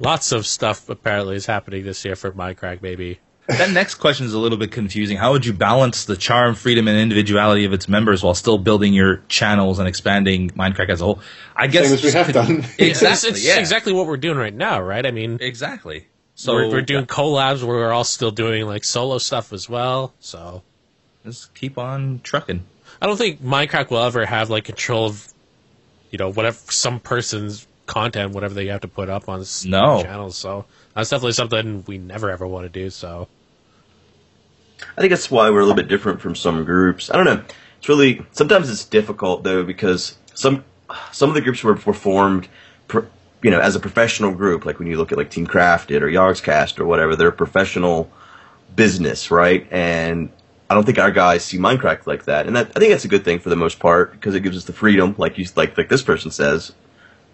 [SPEAKER 3] lots of stuff apparently is happening this year for Minecraft. Maybe
[SPEAKER 2] That next question is a little bit confusing. How would you balance the charm, freedom, and individuality of its members while still building your channels and expanding Minecraft as a whole? I guess
[SPEAKER 4] Same as we have done.
[SPEAKER 2] Exactly.
[SPEAKER 3] it's, it's
[SPEAKER 2] yeah.
[SPEAKER 3] exactly what we're doing right now, right? I mean,
[SPEAKER 2] Exactly. So
[SPEAKER 3] we're, we're doing collabs. We're all still doing like solo stuff as well. So
[SPEAKER 2] Just keep on trucking.
[SPEAKER 3] I don't think Minecraft will ever have like control of, you know, whatever some person's content, whatever they have to put up on s-
[SPEAKER 2] No.
[SPEAKER 3] channels. So that's definitely something we never ever want to do. So
[SPEAKER 5] I think that's why we're a little bit different from some groups. I don't know. It's really sometimes it's difficult though because some some of the groups were, were formed, pr you know, as a professional group. Like when you look at like Team Crafted or Yargscast or whatever, they're a professional business, right? And I don't think our guys see Minecraft like that, and that I think that's a good thing for the most part because it gives us the freedom, like you like like this person says,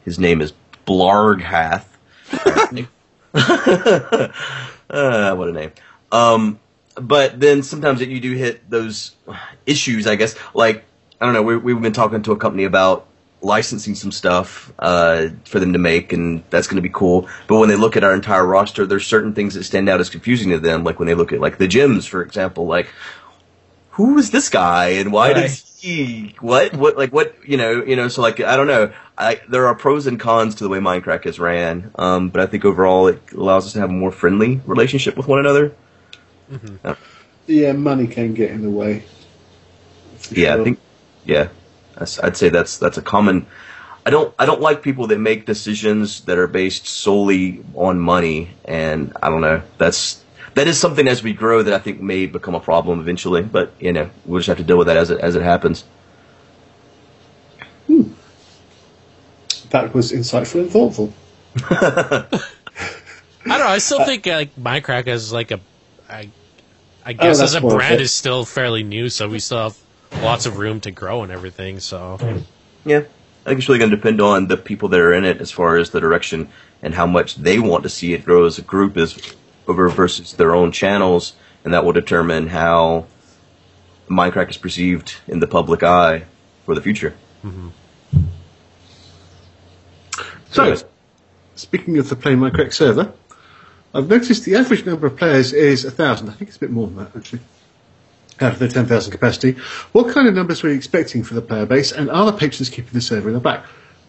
[SPEAKER 5] his name is Blarghath. uh, what a name. Um, but then sometimes that you do hit those issues, I guess. Like I don't know, we, we've been talking to a company about licensing some stuff uh, for them to make, and that's going to be cool. But when they look at our entire roster, there's certain things that stand out as confusing to them. Like when they look at like the gyms, for example, like who is this guy and why
[SPEAKER 2] Right.
[SPEAKER 5] does he what what like what you know you know so like I don't know. I, there are pros and cons to the way Minecraft is ran, um, but I think overall it allows us to have a more friendly relationship with one another.
[SPEAKER 4] Yeah, money can get in the way. For
[SPEAKER 5] Yeah, I
[SPEAKER 4] sure.
[SPEAKER 5] think. Yeah, That's- I'd say that's that's a common. I don't I don't like people that make decisions that are based solely on money, and I don't know. That's that is something as we grow that I think may become a problem eventually. But you know, we'll just have to deal with that as it as it happens.
[SPEAKER 4] that was insightful and thoughtful.
[SPEAKER 3] I don't know. I still think uh, like Minecraft as like a, I, I guess as
[SPEAKER 4] that's
[SPEAKER 3] a
[SPEAKER 4] more of
[SPEAKER 3] brand
[SPEAKER 4] it.
[SPEAKER 3] is still fairly new, so we still have lots of room to grow and everything. So
[SPEAKER 5] Yeah. I think it's really going to depend on the people that are in it as far as the direction and how much they want to see it grow as a group is over versus their own channels, and that will determine how Minecraft is perceived in the public eye for the future.
[SPEAKER 4] So, speaking of the Play My Crack server, I've noticed the average number of players is 1,000. I think it's a bit more than that, actually, out of the 10,000 capacity. What kind of numbers were you expecting for the player base, and are the patrons keeping the server in the back?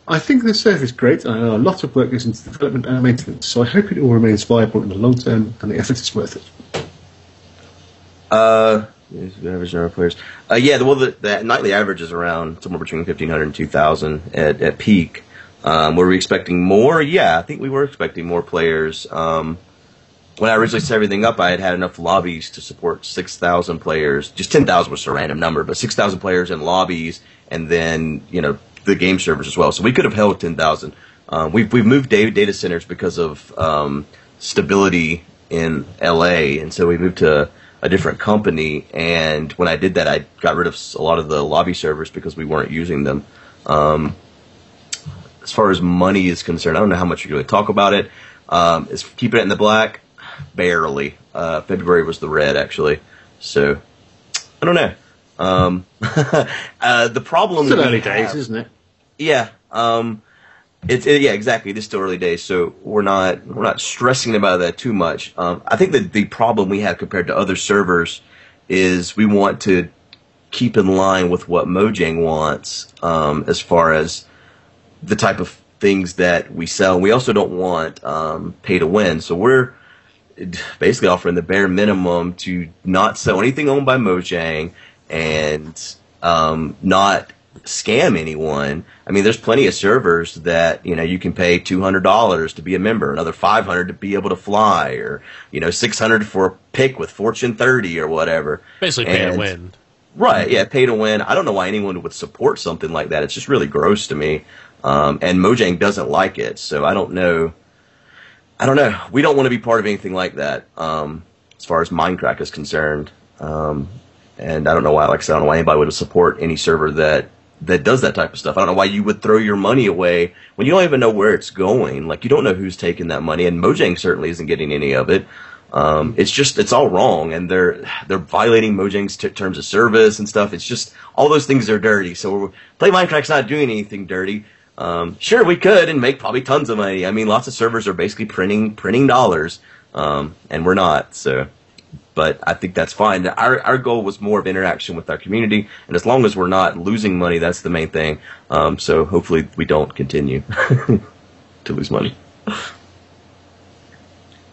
[SPEAKER 4] I think the server is great, and I know a lot of work goes into development and maintenance, so I hope it all remains viable in the long term and the effort is worth it.
[SPEAKER 5] Uh, yes, the average number of players. Uh, yeah, the, well, the, the nightly average is around somewhere between 1,500 and 2,000 at, at peak. Um, were we expecting more? Yeah, I think we were expecting more players. Um, when I originally set everything up, I had had enough lobbies to support 6,000 players. Just 10,000 was a random number, but 6,000 players in lobbies and then, you know, the game servers as well. So we could have held 10,000. Um, we've, we've moved data, data centers because of um, stability in LA. And so we moved to a different company. And when I did that, I got rid of s- a lot of the lobby servers because we weren't using them as far as money is concerned, I don't know how much you're going to talk about it. Um, is keeping it in the black? Barely. Uh, February was the red, actually. So, I don't know. Um, uh, the problem
[SPEAKER 4] Still
[SPEAKER 5] we
[SPEAKER 4] early days,
[SPEAKER 5] have-
[SPEAKER 4] isn't it?
[SPEAKER 5] yeah. Um, it's it, yeah, exactly. This is still early days, so we're not we're not stressing about that too much. Um, I think that the problem we have compared to other servers is we want to keep in line with what Mojang wants um, as far as the type of things that we sell. We also don't want um, pay to win, so we're basically offering the bare minimum to not sell anything owned by Mojang and um, not scam anyone. I mean, there's plenty of servers that you know you can pay two hundred dollars to be a member, another five hundred to be able to fly, or you know six hundred for a pick with Fortune thirty or whatever.
[SPEAKER 3] basically, pay to
[SPEAKER 5] And-
[SPEAKER 3] win.
[SPEAKER 5] Right, yeah, pay to win. I don't know why anyone would support something like that. It's just really gross to me. Um, and Mojang doesn't like it, so I don't know. I don't know. We don't want to be part of anything like that, um, as far as Minecraft is concerned. Um, and I don't know why, like I said, I don't know why anybody would support any server that that does that type of stuff. I don't know why you would throw your money away when you don't even know where it's going. Like you don't know who's taking that money, and Mojang certainly isn't getting any of it. Um, it's just it's all wrong, and they're they're violating Mojang's t- terms of service and stuff. It's just all those things are dirty. So we're, play Minecraft's not doing anything dirty. Um, sure, we could and make probably tons of money. I mean, lots of servers are basically printing printing dollars, um, and we're not. So, but I think that's fine. Our our goal was more of interaction with our community, and as long as we're not losing money, that's the main thing. Um, so hopefully, we don't continue to lose money.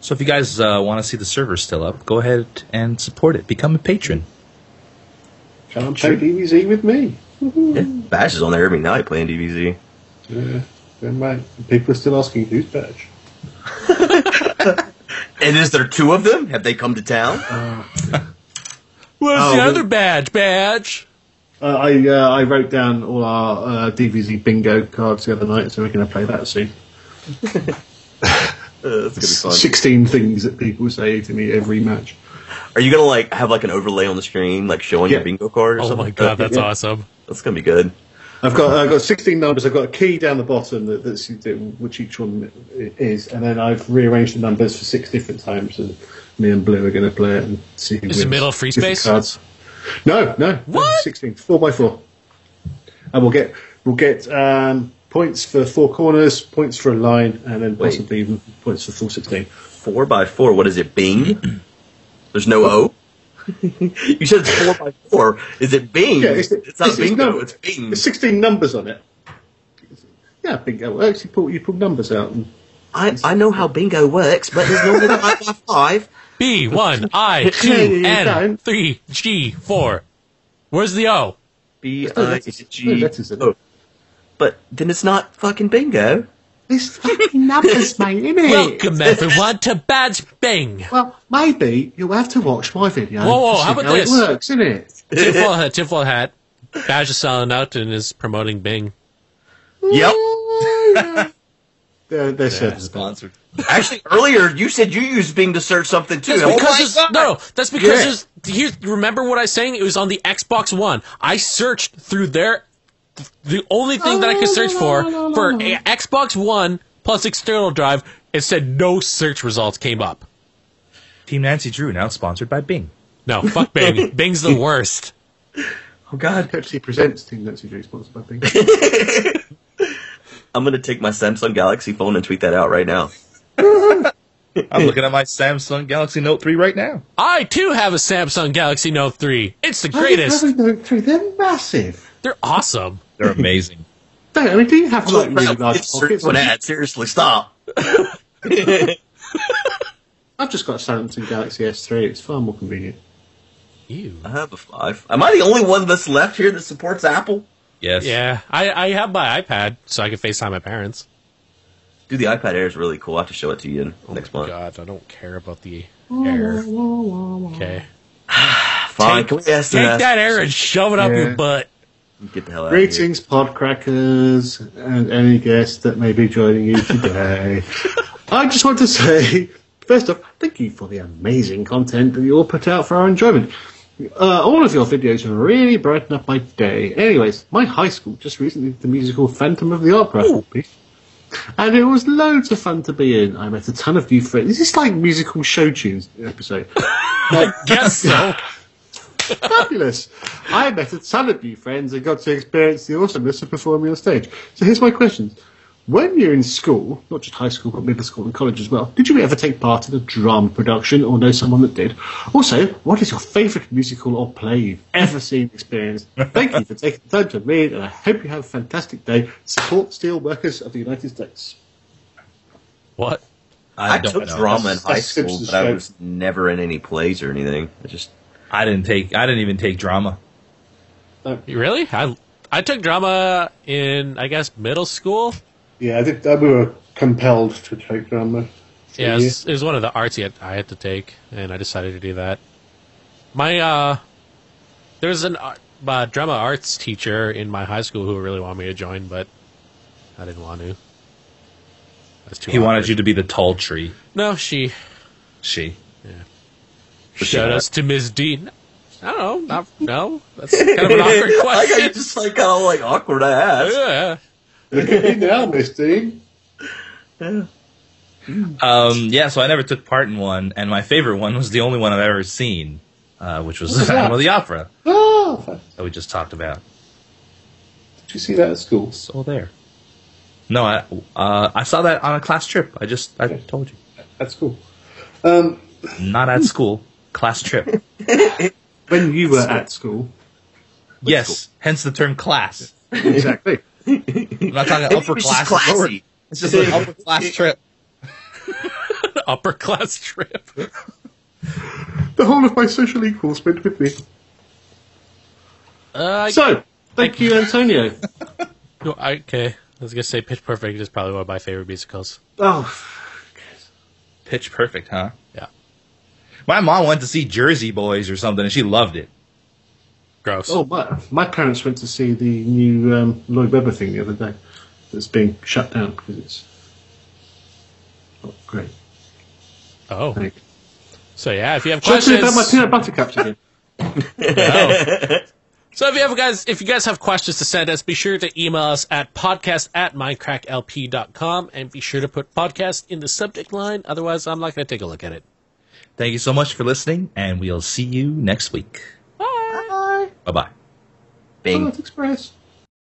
[SPEAKER 2] So if you guys uh, want to see the server still up, go ahead and support it. Become a patron.
[SPEAKER 4] Can't play DBZ with me.
[SPEAKER 5] Yeah, Bash is on there every night playing DBZ.
[SPEAKER 4] Yeah, then right. People are still asking who's badge.
[SPEAKER 5] And is there two of them? Have they come to town?
[SPEAKER 4] Uh,
[SPEAKER 3] Where's
[SPEAKER 4] Oh,
[SPEAKER 3] the
[SPEAKER 4] the-
[SPEAKER 3] other badge? Badge.
[SPEAKER 4] Uh, I uh, I wrote down all our uh, DVZ bingo cards the other night, so we're going to play that soon.
[SPEAKER 5] Uh, that's gonna be fun.
[SPEAKER 4] Sixteen things that people say to me every match.
[SPEAKER 5] Are you gonna like have like an overlay on the screen, like showing your
[SPEAKER 4] Yeah.
[SPEAKER 5] bingo card? Or
[SPEAKER 3] Oh
[SPEAKER 5] something
[SPEAKER 3] my
[SPEAKER 5] like that?
[SPEAKER 3] god, that's
[SPEAKER 4] yeah.
[SPEAKER 3] awesome.
[SPEAKER 5] That's gonna be good.
[SPEAKER 4] I've got I've got sixteen numbers. I've got a key down the bottom that, that's that, which each one i- is, and then I've rearranged the numbers for six different times. And me and Blue are going to play it and see. who
[SPEAKER 3] Is
[SPEAKER 4] wins.
[SPEAKER 3] the middle free
[SPEAKER 4] Different
[SPEAKER 3] space?
[SPEAKER 4] Cards. No, no.
[SPEAKER 3] What?
[SPEAKER 4] Sixteen. Four by four. And we'll get we'll get um, points for four corners, points for a line, and then
[SPEAKER 5] Wait.
[SPEAKER 4] possibly even points for full sixteen.
[SPEAKER 5] Four by four. What is it? Bing. There's no O. you said it's four by four. Is it Bing?
[SPEAKER 4] Yeah,
[SPEAKER 5] it's,
[SPEAKER 4] it's,
[SPEAKER 5] not
[SPEAKER 4] it's-
[SPEAKER 5] bingo.
[SPEAKER 4] no,
[SPEAKER 5] It's Bing.
[SPEAKER 4] There's 16 numbers on it. Yeah, bingo. Well, actually, pull, you pull numbers out. And,
[SPEAKER 5] I, I know how bingo works, but there's normally five by five.
[SPEAKER 3] B one I two
[SPEAKER 4] Yeah, you
[SPEAKER 3] N
[SPEAKER 4] don't.
[SPEAKER 3] three G four. Where's the O?
[SPEAKER 5] B
[SPEAKER 4] no
[SPEAKER 5] I
[SPEAKER 4] letters- no
[SPEAKER 5] G
[SPEAKER 4] letters in it.
[SPEAKER 5] O. But then it's not fucking bingo.
[SPEAKER 4] It's fucking numbers, mate, isn't it?
[SPEAKER 3] Welcome everyone to Badge Bing.
[SPEAKER 4] Well, maybe you'll have to watch my video.
[SPEAKER 3] Whoa, whoa,
[SPEAKER 4] to see
[SPEAKER 3] how about this?
[SPEAKER 4] It works, isn't it?
[SPEAKER 3] Tinfoil hat. Tinfoil hat. Badge is selling out and is promoting Bing.
[SPEAKER 5] Yep.
[SPEAKER 4] They're, they're certain.
[SPEAKER 2] Sponsored.
[SPEAKER 5] Actually, earlier you said you used Bing to search something too.
[SPEAKER 3] That's
[SPEAKER 5] Oh
[SPEAKER 3] because
[SPEAKER 5] my
[SPEAKER 3] it's-
[SPEAKER 5] God.
[SPEAKER 3] no, that's because
[SPEAKER 5] Yeah.
[SPEAKER 3] it's- here. Remember what I was saying? It was on the Xbox One. I searched through their. The only thing that I could search for for a Xbox One plus external drive, it said no search results came up.
[SPEAKER 2] Team Nancy Drew now sponsored by Bing.
[SPEAKER 3] No, fuck Bing. Bing's the worst.
[SPEAKER 5] Oh God.
[SPEAKER 4] Pepsi presents Team Nancy Drew sponsored by Bing.
[SPEAKER 5] I'm gonna take my Samsung Galaxy phone and tweet that out right now.
[SPEAKER 2] I'm looking at my Samsung Galaxy Note 3 right now.
[SPEAKER 3] I too have a Samsung Galaxy Note 3. It's the
[SPEAKER 4] I
[SPEAKER 3] greatest.
[SPEAKER 4] have a Note 3. They're massive.
[SPEAKER 3] They're awesome.
[SPEAKER 2] They're amazing.
[SPEAKER 4] Don't, I mean, do you have like really large
[SPEAKER 5] Search
[SPEAKER 4] pockets?
[SPEAKER 5] one ad. Seriously, stop.
[SPEAKER 4] I've just got a Samsung Galaxy S3. It's far more convenient.
[SPEAKER 3] Ew.
[SPEAKER 5] I have a five. Am I the only one that's left here that supports Apple?
[SPEAKER 2] yes.
[SPEAKER 3] Yeah, I, I have my iPad so I can FaceTime my parents.
[SPEAKER 5] Dude, the iPad Air is really cool. I have to show it to you in, next month.
[SPEAKER 3] God, I don't care about the air. Okay.
[SPEAKER 5] Fine,
[SPEAKER 3] Take-
[SPEAKER 5] can we ask
[SPEAKER 3] Take
[SPEAKER 5] that?
[SPEAKER 3] that air and shove it up
[SPEAKER 4] Yeah.
[SPEAKER 3] your butt.
[SPEAKER 5] Get the hell out of here.
[SPEAKER 4] Greetings, podcrackers, and any guest that may be joining you today. I just want to say, first off, thank you for the amazing content that you all put out for our enjoyment. Uh, all of your videos really brighten up my day. Anyways, my high school just recently did the musical Phantom of the Opera. And it was loads of fun to be in. I met a ton of new friends. This is like musical show tunes episode. Like,
[SPEAKER 3] Guess so.
[SPEAKER 4] fabulous. I met a ton of new friends and got to experience the awesomeness of performing on stage. So here's my questions. When you're in school, not just high school, but middle school and college as well, did you ever take part in a drama production or know someone that did? Also, what is your favourite musical or play you've ever seen, experienced? Thank you for taking the time to read, and I hope you have a fantastic day. Support steel workers of the United States.
[SPEAKER 3] What?
[SPEAKER 5] I,
[SPEAKER 2] don't
[SPEAKER 5] took
[SPEAKER 2] know.
[SPEAKER 5] drama in high
[SPEAKER 4] That's
[SPEAKER 5] school,
[SPEAKER 4] Simpsons
[SPEAKER 5] but I
[SPEAKER 4] joke.
[SPEAKER 5] was never in any plays or anything. I just
[SPEAKER 2] I didn't take I didn't even take drama.
[SPEAKER 3] Really? I I took drama in I guess middle school.
[SPEAKER 4] Yeah, I think that we were compelled to take drama.
[SPEAKER 3] Yeah, it was, it was one of the arts yet I had to take, and I decided to do that. My uh, there was an ar- uh, drama arts teacher in my high school who really wanted me to join, but I didn't want to. That's too.
[SPEAKER 2] He wanted
[SPEAKER 3] awkward.
[SPEAKER 2] you to be the tall tree.
[SPEAKER 3] No, she
[SPEAKER 2] She.
[SPEAKER 3] showed us to Ms. Dean. I don't know. Not, no, that's kind of an awkward
[SPEAKER 5] I got
[SPEAKER 3] question.
[SPEAKER 5] you just like kind of like awkward. I asked.
[SPEAKER 3] Yeah.
[SPEAKER 4] Look at me now, Miss Dean.
[SPEAKER 2] Um, yeah, so I never took part in one, and my favorite one was the only one I've ever seen, uh, which was the Phantom of the Opera
[SPEAKER 4] Ah,
[SPEAKER 2] that we just talked about.
[SPEAKER 4] did you see that at school?
[SPEAKER 2] It's all there. No, I uh, I saw that on a class trip. I just I told you,
[SPEAKER 4] That's cool. Um,
[SPEAKER 2] not at school, class trip.
[SPEAKER 4] when you were at school,
[SPEAKER 2] yes, hence the term class.
[SPEAKER 4] exactly.
[SPEAKER 2] I'm not talking
[SPEAKER 5] Maybe it
[SPEAKER 2] upper
[SPEAKER 5] was just
[SPEAKER 2] class. lower-
[SPEAKER 5] classy.
[SPEAKER 2] It's just an upper class trip.
[SPEAKER 3] upper class trip.
[SPEAKER 4] The whole of my social equals went with me.
[SPEAKER 3] Uh,
[SPEAKER 4] So, thank you, Antonio.
[SPEAKER 3] I, I- okay, I was gonna say Pitch Perfect is probably one of my favorite musicals.
[SPEAKER 4] Oh,
[SPEAKER 2] Pitch perfect, huh?
[SPEAKER 3] Yeah,
[SPEAKER 2] My mom went to see Jersey Boys or something, and she loved it.
[SPEAKER 3] gross.
[SPEAKER 4] oh my, my parents went to see the new um, Lloyd Webber thing the other day that's being shut down because it's not great.
[SPEAKER 3] Oh.
[SPEAKER 4] Thank you.
[SPEAKER 3] So yeah, if you have
[SPEAKER 4] Should I tell you
[SPEAKER 3] questions,
[SPEAKER 4] about my peanut butter cups again?
[SPEAKER 3] so if you have guys, if you guys have questions to send us, be sure to email us at podcast at mindcracklp.com and be sure to put podcast in the subject line. Otherwise, I'm not going to take a look at it.
[SPEAKER 2] Thank you so much for listening, and we'll see you next week. Bye bye.
[SPEAKER 5] Bing.
[SPEAKER 4] Express.